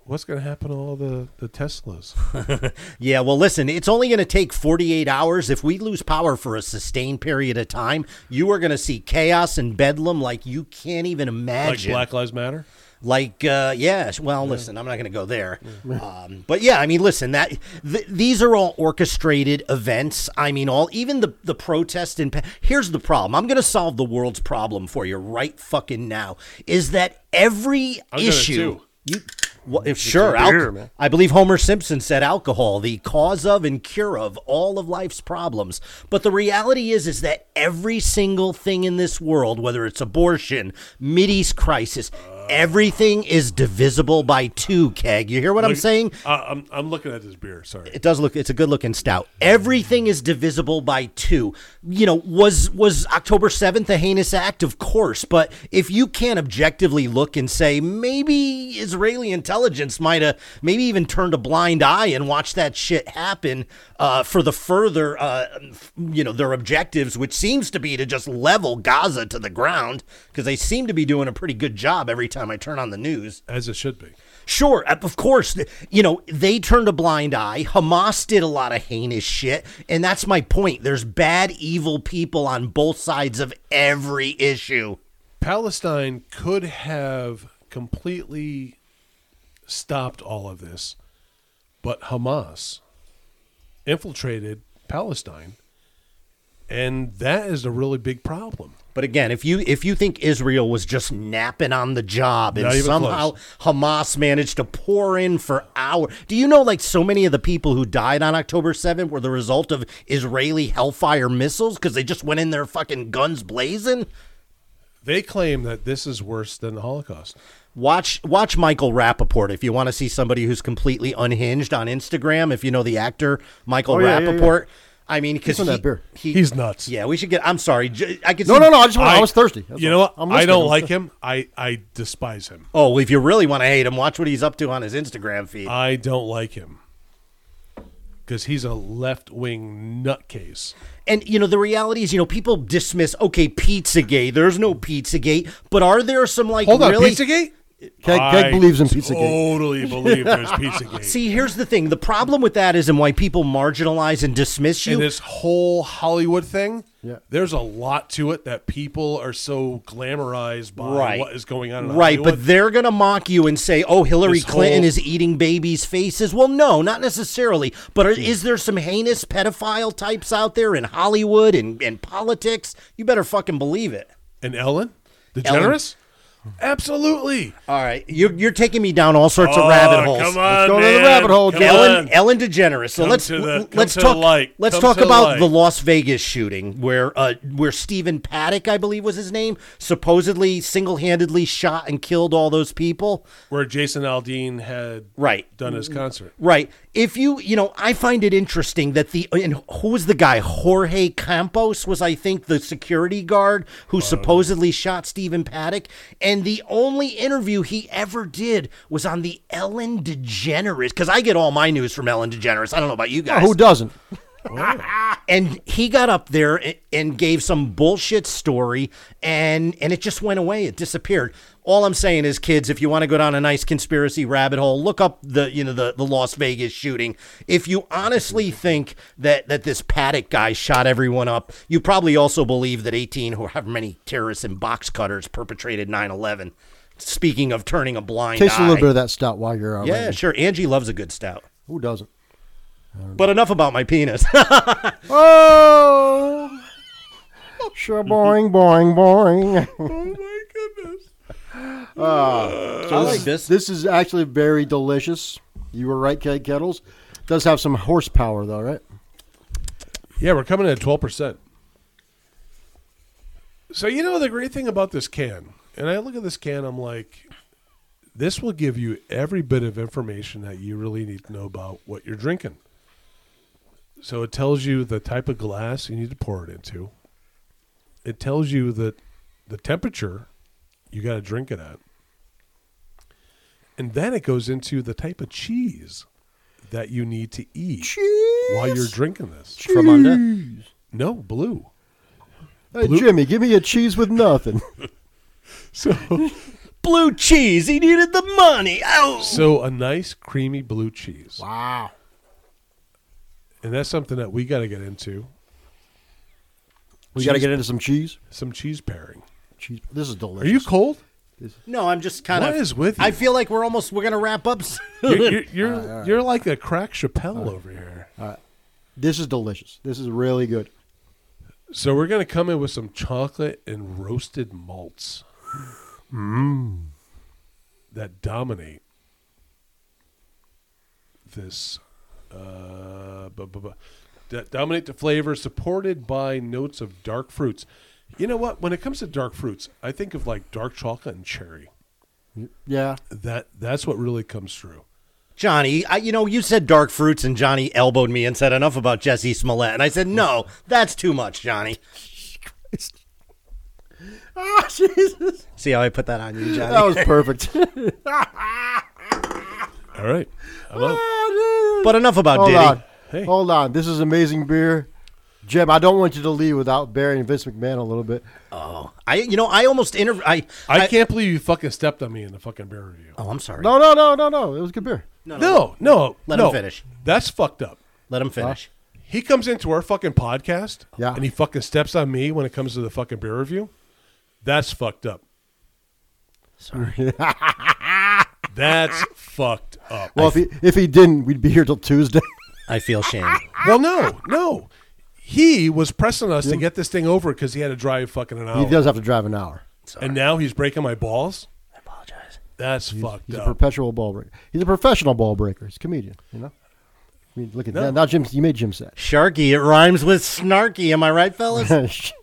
what's going to happen to all the the Teslas?
Yeah, well, listen, it's only going to take 48 hours. If we lose power for a sustained period of time, you are going to see chaos and bedlam like you can't even
like
imagine.
Black Lives Matter.
like uh yes well listen i'm not gonna go there um but yeah i mean listen that th- these are all orchestrated events i mean all even the the protest and pa- here's the problem i'm gonna solve the world's problem for you right fucking now is that every
I'm gonna
issue
too.
you well, if, sure, alco-
beer, man.
I believe Homer Simpson said alcohol, the cause of and cure of all of life's problems. But the reality is, is that every single thing in this world, whether it's abortion, Mideast crisis, everything is divisible by two. Keg, you hear what I'm saying?
Uh, I'm I'm looking at this beer. Sorry.
It does look. It's a good looking stout. Everything is divisible by two. You know, was was October seventh a heinous act? Of course, but if you can't objectively look and say maybe Israeli intelligence might have maybe even turned a blind eye and watched that shit happen uh, for the further, uh, you know, their objectives, which seems to be to just level Gaza to the ground because they seem to be doing a pretty good job every time I turn on the news.
As it should be.
Sure, of of course. th- You know, they turned a blind eye. Hamas did a lot of heinous shit. And that's my point. There's bad, evil people on both sides of every issue.
Palestine could have completely stopped all of this, but Hamas infiltrated Palestine, and that is a really big problem.
But again, if you if you think Israel was just napping on the job and
Not even
somehow Hamas managed to pour in for hours, do you know like so many of the people who died on October 7th were the result of Israeli Hellfire missiles because they just went in there fucking guns blazing?
They claim that this is worse than the Holocaust.
Watch watch Michael Rappaport if you want to see somebody who's completely unhinged on Instagram. If you know the actor Michael
Oh, yeah, yeah, yeah.
Rappaport, I mean because
on that beer.
he,
He's nuts.
Yeah, we should get. I'm sorry, j- I could
No,
see-
no, no. I just want. I, was thirsty. That's
you
all.
know what?
I'm
I
listening.
don't
I'm
like
listening.
him. I, I despise him.
Oh, if you really want to hate him, watch what he's up to on his Instagram feed.
Uh.
I don't like him because he's a left wing nutcase.
And you know, the reality is, you know, people dismiss okay, Pizzagate. There's no Pizzagate, but are there some like
Hold on,
really?
Pizzagate.
Keg, Keg
I
believes in Pizzagate.
Totally believe there's Pizzagate.
See, here's the thing. The problem with that is, and why people marginalize and dismiss you.
and this whole Hollywood thing,
Yeah.
there's a lot to it that people are so glamorized by
Right.
what is going on. In
Right, but
Hollywood.
they're going to mock you and say, oh, Hillary
This
Clinton
whole-
is eating babies' faces. Well, no, not necessarily. But
Hmm.
are, is there some heinous pedophile types out there in Hollywood and, and politics? You better fucking believe it.
and Ellen, the generous, absolutely.
All right, you're, you're taking me down all sorts of rabbit holes.
Oh, Come on,
go to the
man.
rabbit hole,
Come
Ellen,
on.
Ellen DeGeneres. So
Come
let's
to the-
l-
come
let's
to the
talk.
light.
Let's
Come
talk
to the
about
light.
the Las Vegas shooting, where uh, where Stephen Paddock, I believe, was his name, supposedly single handedly shot and killed all those people.
Where Jason Aldean had
Right.
done his concert.
Right. If you, you know, I find it interesting that the, and who was the guy? Jorge Campos was, I think, the security guard who supposedly shot Stephen Paddock. And the only interview he ever did was on the Ellen DeGeneres, because I get all my news from Ellen DeGeneres. I don't know about you guys.
Who doesn't?
and he got up there and, and gave some bullshit story and and it just went away it disappeared all i'm saying is kids if you want to go down a nice conspiracy rabbit hole look up the you know the, the las vegas shooting if you honestly think that that this paddock guy shot everyone up you probably also believe that 18 or however many terrorists and box cutters perpetrated 9-11 speaking of turning a blind
Taste a
eye
little bit of that stout while you're out.
yeah sure angie loves a good stout
Who doesn't?
but enough about my penis
Oh, sure. Boring, boring, boring.
i like this
This is actually very delicious. You were right, Keg Kettles. Does have some horsepower though, right?
Yeah, we're coming in at twelve percent. So you know the great thing about this can, and I look at this can, I'm like, this will give you every bit of information that you really need to know about what you're drinking. So it tells you the type of glass you need to pour it into. It tells you that the temperature you got to drink it at. And then it goes into the type of cheese that you need to eat while you're drinking this.
from under
No, blue.
Hey, Jimmy, give me a cheese with nothing.
So
blue cheese. He needed the money. Oh.
so a nice creamy blue cheese.
wow.
And that's something that we got to get into.
We got to
Cheese-
get into some cheese.
some cheese pairing.
Cheese. This is
Are
delicious.
you cold?
No, I'm just kind of.
What is with
I
you?
feel like we're almost. We're gonna wrap up. soon.
You're you're, you're, you're like a crack Chappelle over here.
This is delicious. This is really good.
So we're gonna come in with some chocolate and roasted malts. Mmm. Mm. That dominate this uh bu- bu- bu- that dominate the flavor supported by notes of dark fruits. You know what? When it comes to dark fruits, I think of like dark chocolate and cherry.
Yeah.
That that's what really comes through.
Johnny, I, you know, you said dark fruits, and Johnny elbowed me and said enough about Jesse Smollett, and I said no, that's too much, Johnny.
Ah, Jesus.
See how I put that on you, Johnny?
Oh,
That was perfect.
All right. I'm out.
But enough about
Hold
Diddy.
on.
Hey.
Hold on. This is amazing beer. Jim, I don't want you to leave without burying Vince McMahon a little bit.
Oh, I, you know, I almost interv I,
I can't believe you fucking stepped on me in the fucking beer review.
Oh, I'm sorry.
No, no, no, no, no. It was good beer.
No, no.
Let
no.
him finish.
That's fucked up.
Let him finish.
He comes into our fucking podcast,
Yeah.
and he fucking steps on me when it comes to the fucking beer review. That's fucked up.
Sorry.
That's fucked up.
Well, if he if he didn't, we'd be here till Tuesday.
Ah,
I feel shame.
Well, no, no. He was pressing us to get this thing over because he had to drive fucking an
He
hour.
does have to drive an hour.
and now he's breaking my balls. I apologize. That's fucked
He's
up.
a perpetual ball breaker. He's a professional ball breaker. He's a comedian, you know? I mean, look at that. Now, Jim, you made Jim sad.
Sharky, it rhymes with snarky. Am I right, fellas?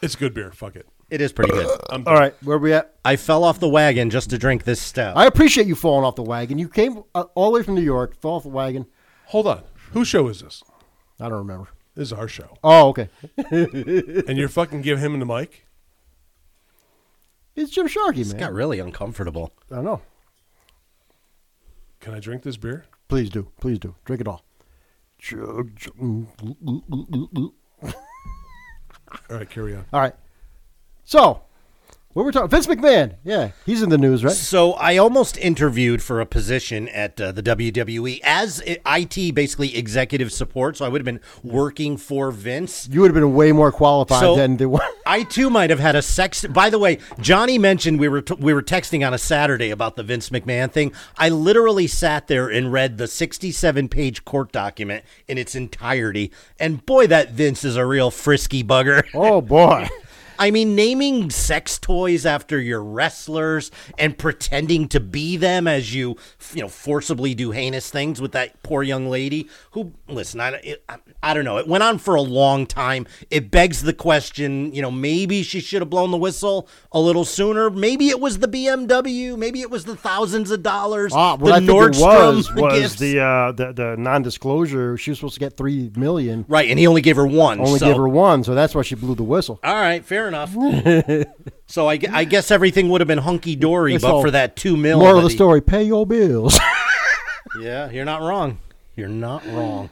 it's good beer. Fuck it.
it is pretty good.
All right, where we at?
I fell off the wagon just to drink this stout.
I appreciate you falling off the wagon. You came uh, all the way from New York, fell off the wagon.
Hold on. Whose show is this?
I don't remember.
This is our show.
Oh, okay.
and you're fucking giving him the mic?
It's Jim Sharkey,
It
man.
got really uncomfortable.
I don't know.
Can I drink this beer?
Please do. Please do. Drink it all.
Chug, chug.
All right, carry on.
All right. So, what we're talking Vince McMahon. Yeah, he's in the news, right?
So I almost interviewed for a position at uh, the WWE as I- IT, basically executive support. So I would have been working for Vince.
You would have been way more qualified
So-
than the one.
I too might have had a sex. By the way, Johnny mentioned we were t- we were texting on a Saturday about the Vince McMahon thing. I literally sat there and read the 67 page court document in its entirety, and boy, that Vince is a real frisky bugger.
Oh, boy.
I mean, naming sex toys after your wrestlers and pretending to be them as you, you know, forcibly do heinous things with that poor young lady. Who, listen, I, it- I, I don't know. It went on for a long time. It begs the question, you know, maybe she should have blown the whistle a little sooner. Maybe it was the BMW. Maybe it was the thousands of dollars.
Ah, what
the
I think it was was
gifts.
the, uh, the the non-disclosure. She was supposed to get three million.
right, and he only gave her one.
Only
so-
gave her one, so that's why she blew the whistle.
All right, fair enough. so I, gu- I guess everything would have been hunky dory,
It's
but
all-
for that two mil.
Moral of
that
the
he-
story: Pay your bills.
Yeah, you're not wrong. You're not wrong.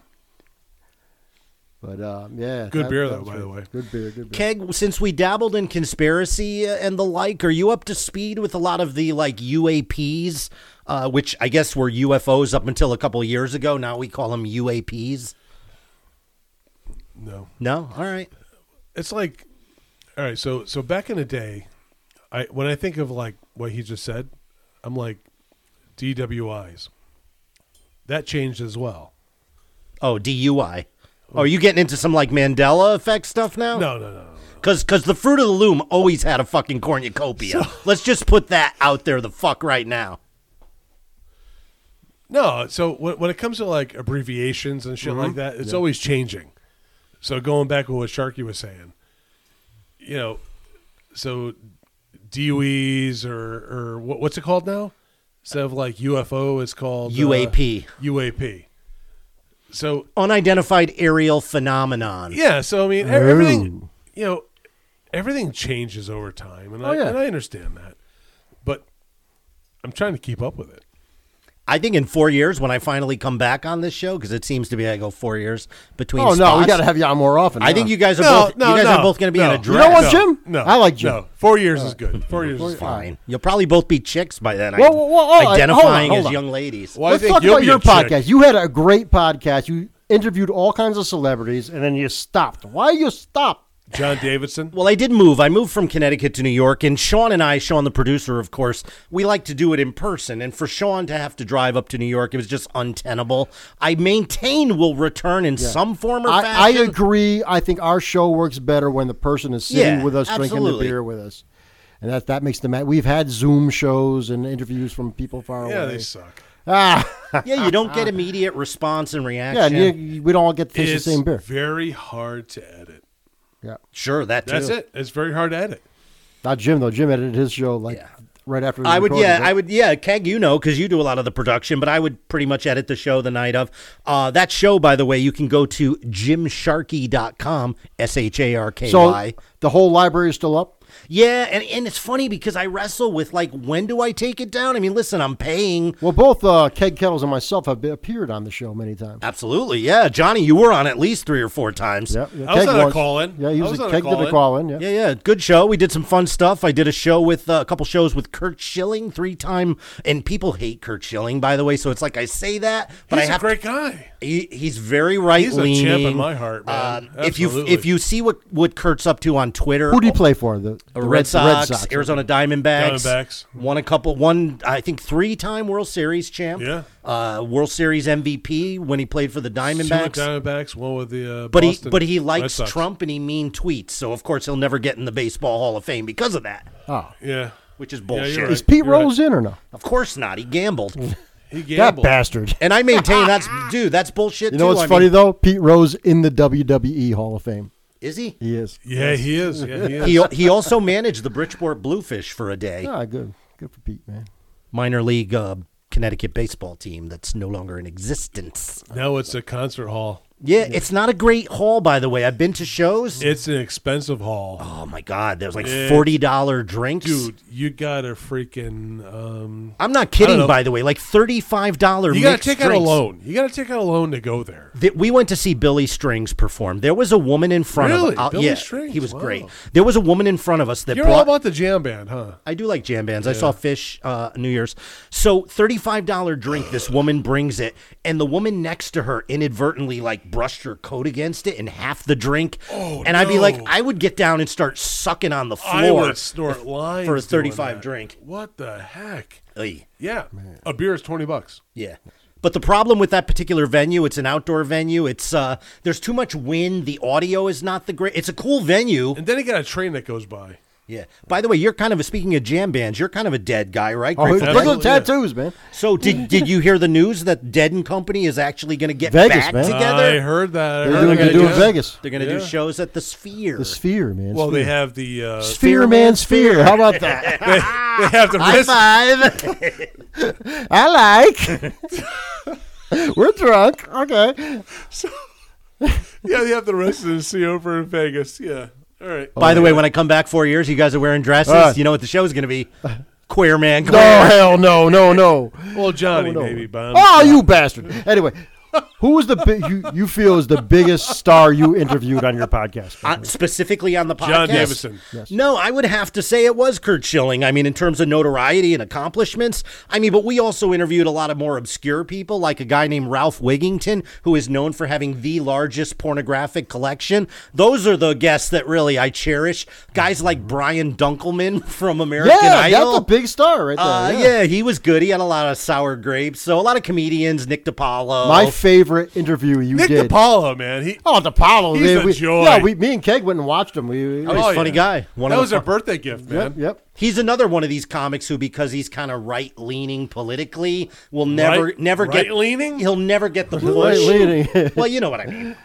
but um, yeah,
Good beer, though,
was
by
good.
the way.
Good beer, good beer.
Keg, since we dabbled in conspiracy uh, and the like, are you up to speed with a lot of the like UAPs, uh, which I guess were UFOs up until a couple years ago? Now we call them UAPs.
No.
No, all right.
It's like, all right, so so back in the day, I when I think of like what he just said, I'm like DWIs. That changed as well.
Oh, DUI. Oh, are you getting into some like Mandela effect stuff now?
No, no, no. no.
Cause, cause the fruit of the loom always had a fucking cornucopia. Let's just put that out there, the fuck right now.
No, so when, when it comes to like abbreviations and shit like that, it's always changing. So going back to what Sharky was saying, you know, so DUEs or or what, what's it called now? Instead of like UFO, it's called uh,
UAP.
UAP. So
Unidentified aerial phenomenon.
yeah, so I mean e- everything, you know, everything changes over time, and, I,
yeah.
and I understand that, but I'm trying to keep up with it.
I think in four years, when I finally come back on this show, because it seems to be I go four years between.
Oh no, we
spots,
got to have you on more often.
I
now.
think you guys are
No,
both.
no,
you guys
no,
are both going to be
no.
in a
You
dress.
You don't want
No,
Jim?
No,
I like Jim.
No, four years is good. Four years is fine.
Fine. You'll probably both be chicks by then.
Whoa, whoa, whoa, hold on,
identifying
hold
as
on.
young ladies.
Well, I
Let's
think
talk
you'll
about
be
your
a chick.
podcast. You had a great podcast. You interviewed all kinds of celebrities, and then you stopped. Why you stopped?
John Davidson.
Well, I did move. I moved from Connecticut to New York, and Sean and I, Sean the producer, of course, we like to do it in person. And for Sean to have to drive up to New York, it was just untenable. I maintain will return in some form or
I, I
fashion.
agree. I think our show works better when the person is sitting
Yeah,
with us, drinking the
absolutely.
beer with us, and that that makes the ma- we've had Zoom shows and interviews from people far
yeah,
away.
they suck.
ah,
yeah, you don't get immediate response and
yeah,
reaction.
and you, we don't all get to taste
it's
the same beer.
very hard to edit.
Yeah,
sure, that too.
That's it. It's very hard to edit.
not Jim though. Jim edited his show like
Yeah.
right after. it was
I would,
recorded,
yeah,
right?
I would, yeah, Keg, you know, because you do a lot of the production, but I would pretty much edit the show the night of. Uh, that show, by the way, you can go to jimsharkey.com, S H A R K
So
Y.
the whole library is still up.
Yeah, and, and it's funny because I wrestle with, like, when do I take it down? I mean, listen, I'm paying.
Well, both uh, Keg Kettles and myself have been, appeared on the show many times.
Absolutely, yeah. Johnny, you were on at least three or four times.
Yep. yeah,
I was
Keg
on a
was.
call-in.
Yeah, he
I
was,
was
a,
on a
Keg did a
call-in.
call in. Yeah.
Yeah, yeah, good show. We did some fun stuff. I did a show with uh, a couple shows with Kurt Schilling, three time, and people hate Kurt Schilling, by the way. So it's like I say that, but
He's
I
a
have to
great guy.
He, he's very right
He's a
leaning.
champ in my heart, man.
Um, if you
Absolutely.
if you see what what Kurt's up to on Twitter,
Who do you play for? The, the
The Red Sox,
Sox.
Arizona Diamondbacks,
Diamondbacks.
won a couple, one I think three time World Series champ,
Yeah.
uh, World Series MVP when he played for the Diamondbacks.
Two with Diamondbacks, one with the uh,
but
Boston
he but he
Red
likes
Sox.
Trump and he mean tweets, so of course he'll never get in the Baseball Hall of Fame because of that,
Yeah,
which is
you're
bullshit.
right.
Is Ah. Pete
You're right.
Rose in or no?
Of course not. He gambled,
he
That
gambled.
bastard.
and I maintain that's dude, that's bullshit.
You know
too.
what's
I
funny
mean,
though? Pete Rose in the WWE Hall of Fame.
Is he?
He is.
Yeah, he is. Yeah, he is.
He he also managed the Bridgeport Bluefish for a day,
Ah, good. Good for Pete, man.
minor league uh, Connecticut baseball team that's no longer in existence.
now it's a concert hall.
Yeah, it's not a great hall, by the way. I've been to shows.
It's an expensive hall.
oh my god, there's like
It's-
forty dollar drinks.
Dude, you got a freaking. Um,
I'm not
I don't
kidding.
know.
By the way, like thirty five dollar.
you got to take out a loan. You got to take out a loan to go there.
that we went to see Billy Strings perform. There was a woman in front
Really?
of us.
Billy
yeah,
Strings,
he was
wow.
great. There was a woman in front of us that
You're all
brought.
about the jam band, huh?
I do like jam bands. I saw Fish uh, New Year's. So thirty five dollar drink. This woman brings it, and the woman next to her inadvertently like brushed her coat against it and half the drink. Oh, and I'd be like,
no.
I would get down and start sucking on the floor.
I would snort lines
for a
doing
35
that.
drink.
What the heck?
Oy.
Yeah, a beer is twenty bucks.
Yeah. But the problem with that particular venue, it's an outdoor venue. It's uh there's too much wind, the audio is not the great. It's a cool venue.
And then you got a train that goes by.
Yeah. By the way, you're kind of a speaking of jam bands, you're kind of a dead guy, right?
Oh, look
Grateful
at the
Dead?
Absolutely, yeah.
tattoos, man.
So did did you hear the news that Dead and Company is actually going to get
Vegas,
back
man.
I
together?
heard that. I
They're
heard
doing,
that.
they're doing
Yeah.
Vegas.
They're going to do
Yeah.
shows at the Sphere.
The Sphere, man.
Well,
Sphere.
they have the uh,
Sphere, man, Sphere. How about that?
they, they have the
High
wrist.
five. I like. We're drunk. Okay.
Yeah, they have the residency over in Vegas. Yeah, all right.
Oh,
By the way, when I come back 4 years, you guys are wearing dresses.
Uh.
you know what the show is going to be? Queer man.
No,
Queer.
hell no, no, no.
well, Johnny,
Oh, no.
baby bomb.
Oh, you bastard. Anyway, who was the bi- you, you feel is the biggest star you interviewed on your podcast?
Uh, specifically on the podcast.
John Davison.
No, I would have to say it was Kurt Schilling. I mean, in terms of notoriety and accomplishments, I mean, but we also interviewed a lot of more obscure people, like a guy named Ralph Wigington, who is known for having the largest pornographic collection. Those are the guests that really I cherish. Guys like Brian Dunkelman from American
Mm-hmm. yeah,
Idol.
that's a big star right there.
Uh,
yeah.
yeah, he was good. He had a lot of sour grapes. So a lot of comedians, Nick DiPaolo.
My favorite interview you
Nick
did.
DiPaolo, man. He
Oh, DePaulo.
He's
man,
a
we,
joy.
Yeah, we, me and Keg went and watched him. We, we-
Oh, he's a funny
yeah.
guy. One
that
of the
was a
fun-
birthday gift, man.
yep, yep.
He's another one of these comics who, because he's kind of right leaning politically, will never
Right-
never get
right-leaning?
He'll never get the push.
Right-leaning.
well, you know what I mean.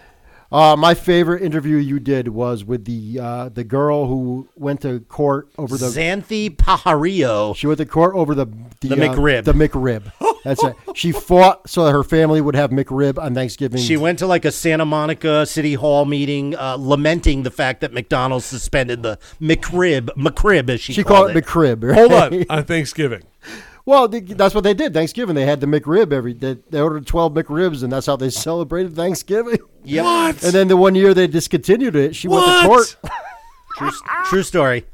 Uh, my favorite interview you did was with the uh, the girl who went to court over the
Xanthi Pajarillo.
She went to court over the the, uh,
The McRib.
The McRib. That's it. She fought so that her family would have McRib on Thanksgiving.
She went to like a Santa Monica City Hall meeting, uh, lamenting the fact that McDonald's suspended the McRib, McRib as she,
She
called,
called it McRib. right?
Hold on, on Thanksgiving.
Well, th- that's what they did. Thanksgiving, they had the McRib every. They, they ordered twelve McRibs, and that's how they celebrated Thanksgiving.
Yep.
And then the one year they discontinued it, she went to court.
True, true story.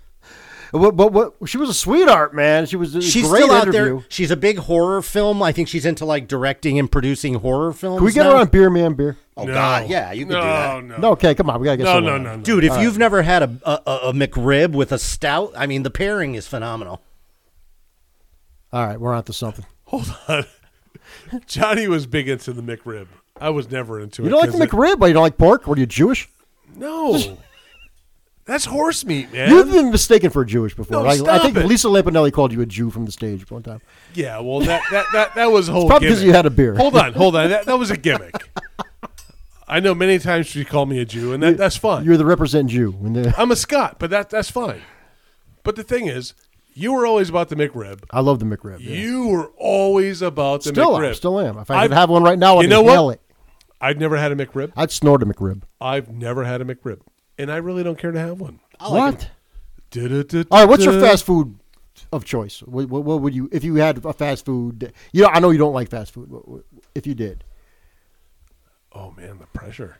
But, but what? She was a sweetheart, man. She was a
She's
great
still out
interview.
there. She's a big horror film. I think she's into like directing and producing horror films.
Can we get
now.
her on Beer Man Beer?
Oh
no.
God, yeah, you could
no,
do that.
No,
No, okay, come on, we gotta get
no,
someone
no,
on.
no, no.
Dude, if you've never had a, a a- a McRib with a stout, I mean the pairing is phenomenal.
All right, we're on to something.
hold on. Johnny was big into the McRib. I was never into
You
it.
don't like
'cause
the
it-
McRib, but you don't like pork. What are you Jewish?
No, that's horse meat, man.
You've been mistaken for a Jewish before.
No,
Like, I
stop
think
it.
Lisa Lampanelli called you a Jew from the stage one time.
Yeah, well, that that that, that was a whole.
probably 'cause
gimmick.
you had a beer.
Hold on, hold on. That, that was a gimmick. I know many times she called me a Jew, and that, that's fine.
You're the represent Jew. And the,
I'm a Scot, but that that's fine. But the thing is, you were always about the McRib.
I love the McRib. yeah.
You were always about the
still,
McRib.
am, still am. If I
I've-
could have one right now, I'd
You know what?
inhale it.
I've never had a McRib.
I'd snort a McRib.
I've never had a McRib, and I really don't care to have one.
what?
Du-du-du-du-du.
All right. What's your fast food of choice? What, what, what would you if you had a fast food? You know, I know you don't like fast food. What, what, if you did,
Oh man, the pressure.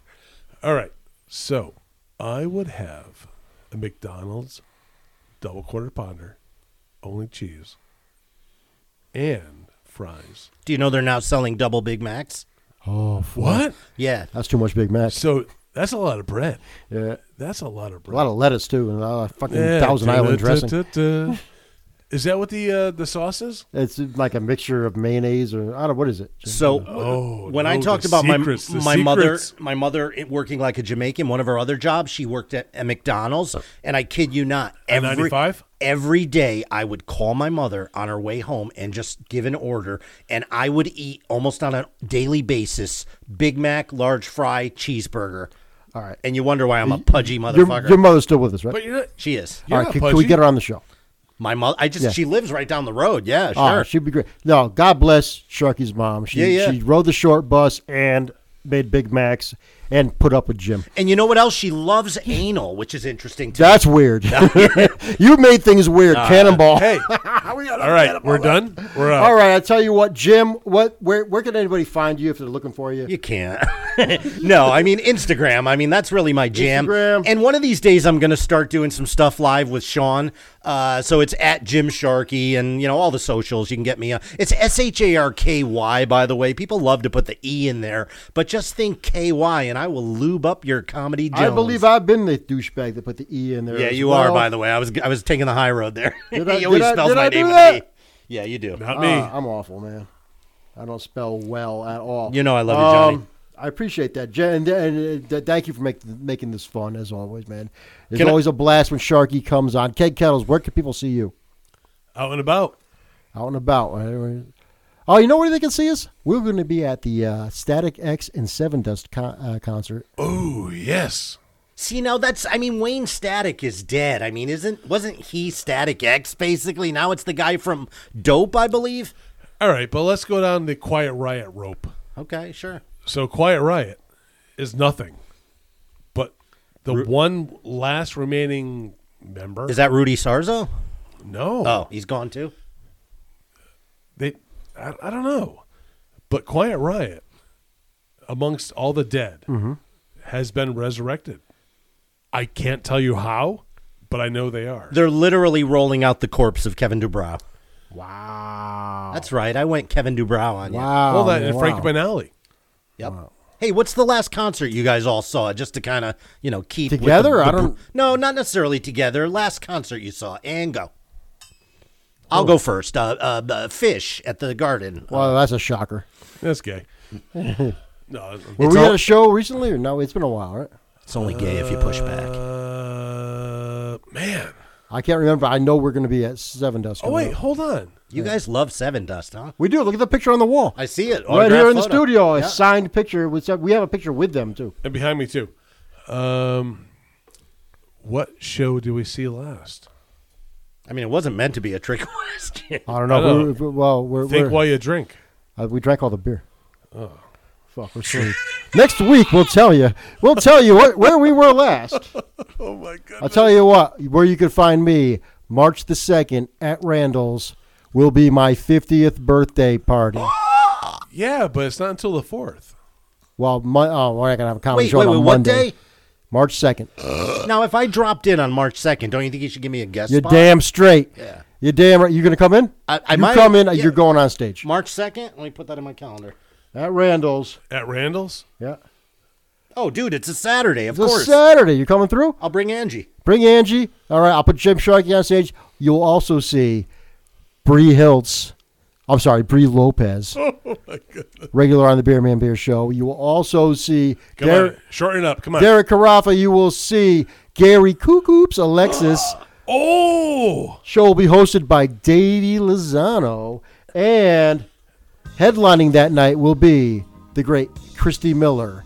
All right, so I would have a McDonald's double quarter pounder, only cheese, and fries.
Do you know they're now selling double Big Macs?
Oh, fuck.
What?
Yeah.
That's too much Big Mac.
So that's a lot of bread.
Yeah.
That's a lot of
A
bread.
lot of lettuce too, and a lot of fucking
Yeah.
Thousand Island dressing.
Da-da-da-da. Is that what the uh, the sauce is?
It's like a mixture of mayonnaise or I don't know what is it.
So
Oh,
when I
no,
talked
the
about
secrets, the
my my mother
secrets.
my mother it- working like a Jamaican, one of her other jobs, she worked at, at McDonald's, and I kid you not,
At
every
95?
every day I would call my mother on her way home and just give an order, and I would eat almost on a daily basis Big Mac, large fry, cheeseburger.
All right.
and you wonder why I'm a pudgy
your,
motherfucker.
your mother's still with us, right?
But you're not.
she is.
Yeah.
All right, can, can we
Pudgy.
get her on the show?
My mother, I just
Yeah.
she lives right down the road. Yeah,
Oh,
sure.
she'd be great. No, God bless Sharky's mom. She,
Yeah, yeah.
she rode the short bus and made Big Macs and put up with Jim.
and you know what else? She loves anal, which is interesting. To me.
That's weird. you made things weird, Cannonball.
Hey. All right, we're done. We're out.
All right, I tell you what, Jim. What? Where? Where can anybody find you if they're looking for you?
You can't. no, I mean Instagram. I mean that's really my jam.
Instagram.
And one of these days I'm going to start doing some stuff live with Sean. Uh, so it's at Jim Sharkey and you know all the socials. You can get me. Uh, it's S H A R K Y. By the way, people love to put the E in there, but just think K Y, and I will lube up your comedy.
I
Jones.
believe I've been the douchebag that put the e in there.
Yeah,
as
you
well.
are. By the way, I was I was taking the high road there.
Did I-
he always
did I-
spells
did
my
I do
name with
that?
an E. Yeah, you do. Uh,
Not me.
Ah, I'm awful, man. I don't spell well at all. Um,
You know I love you, Johnny.
I appreciate that, Jen, and, and, uh, th- thank you for make, making this fun as always, man. It's
Can I-
always a blast when Sharky comes on. Keg Kettles, where can people see you?
Out and about.
Out and about. right? Oh, you know where they can see us? We're going to be at the uh, Static X and Seven Dust con- uh, concert.
Oh yes.
See, now that's I mean Wayne Static is dead. I mean, isn't wasn't he Static X basically? Now it's the guy from Dope, I believe.
All right, but let's go down the Quiet Riot rope.
Okay, sure.
So Quiet Riot is nothing, but the one last remaining member
Is that Rudy Sarzo?
no.
Oh, he's gone too.
They, I, I don't know, but Quiet Riot, amongst all the dead,
Mm-hmm.
has been resurrected. I can't tell you how, but I know they are.
They're literally rolling out the corpse of Kevin Dubrow. Wow. That's right. I went Kevin Dubrow on you.
Wow.
all
Oh,
that and
wow.
Frank Benali.
Yep. Hey, what's the last concert you guys all saw? Just to kind of you know keep with the-
Together?
the
I don't-
br- No, not necessarily together. Last concert you saw, and go. I'll
Oh.
go first. Uh, uh, uh, Fish at the Garden.
Wow, that's a shocker.
That's gay. no,
Were
It's
we
all-
at a show recently or no? It's been a while, right?
It's only gay if you push back.
uh, man.
I can't remember. I know we're going to be at Seven Dust.
Oh
coming
wait,
up.
hold on.
You guys love Seven Dust, huh?
we do. Look at the picture on the wall.
I see it.
right here
Autographed
in the
photo.
studio, a
Yeah.
signed picture. With some, we have a picture with them too.
And behind me too. Um, what show did we see last?
I mean, it wasn't meant to be a trick question.
I don't know.
I don't
We're, well, we're,
Think
we're,
while you drink.
uh, we drank all the beer. Oh, fuck, we're sleep. Next week we'll tell you. We'll tell you what, where we were last.
Oh my god.
I'll tell you what, where you can find me, March the second at Randall's will be my fiftieth birthday party.
Yeah, but it's not until the fourth.
Well, my, oh, we're not gonna have a comedy
Wait,
show
wait,
on
wait, what
Monday,
day?
March second.
now, if I dropped in on March second, don't you think you should give me a guest
You're
spot?
damn straight.
Yeah.
You're damn right. You gonna come in?
I- I
you
might-
come in. uh,
yeah.
You're going on stage
March second. Let me put that in my calendar.
at Randall's.
At Randall's?
Yeah.
Oh, dude, it's a Saturday. Of
It's a
course,
Saturday. You coming through?
I'll bring Angie.
Bring Angie. All right, I'll put Jim Sharkey on stage. You'll also see Bree Hiltz. I'm sorry, Bree Lopez. Oh my god. Regular on the Beer Man Beer Show. You will also see
Come
Der-
on. Shorten it up. Come on.
Derek Carafa. You will see Gary Kukups, Alexis.
oh
Show will be hosted by Davey Lozano. And headlining that night will be the great Christy Miller.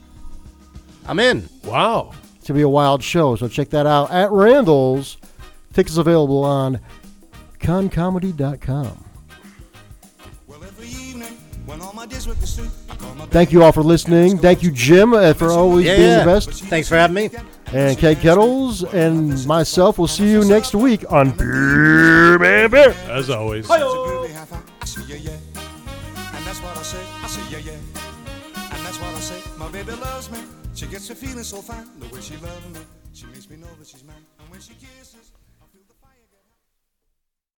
I'm in.
wow.
It's gonna be a wild show, so check that out at Randall's. Tickets available on concomedy.com.
Well, every evening, when all my dishes with the soup, I call my
Thank you all for listening. Thank you, Jim, uh, for always
Yeah,
being
yeah.
the best.
Thanks for having me.
And Kate Kettles and myself will see you next week on
As always.
groovy half hour. I see ya, yeah. And that's what I say, I see ya, yeah. And that's what I say, my baby loves me. She gets her feeling so fine, the way she loves me. She makes me know that she's mine. And when she kisses,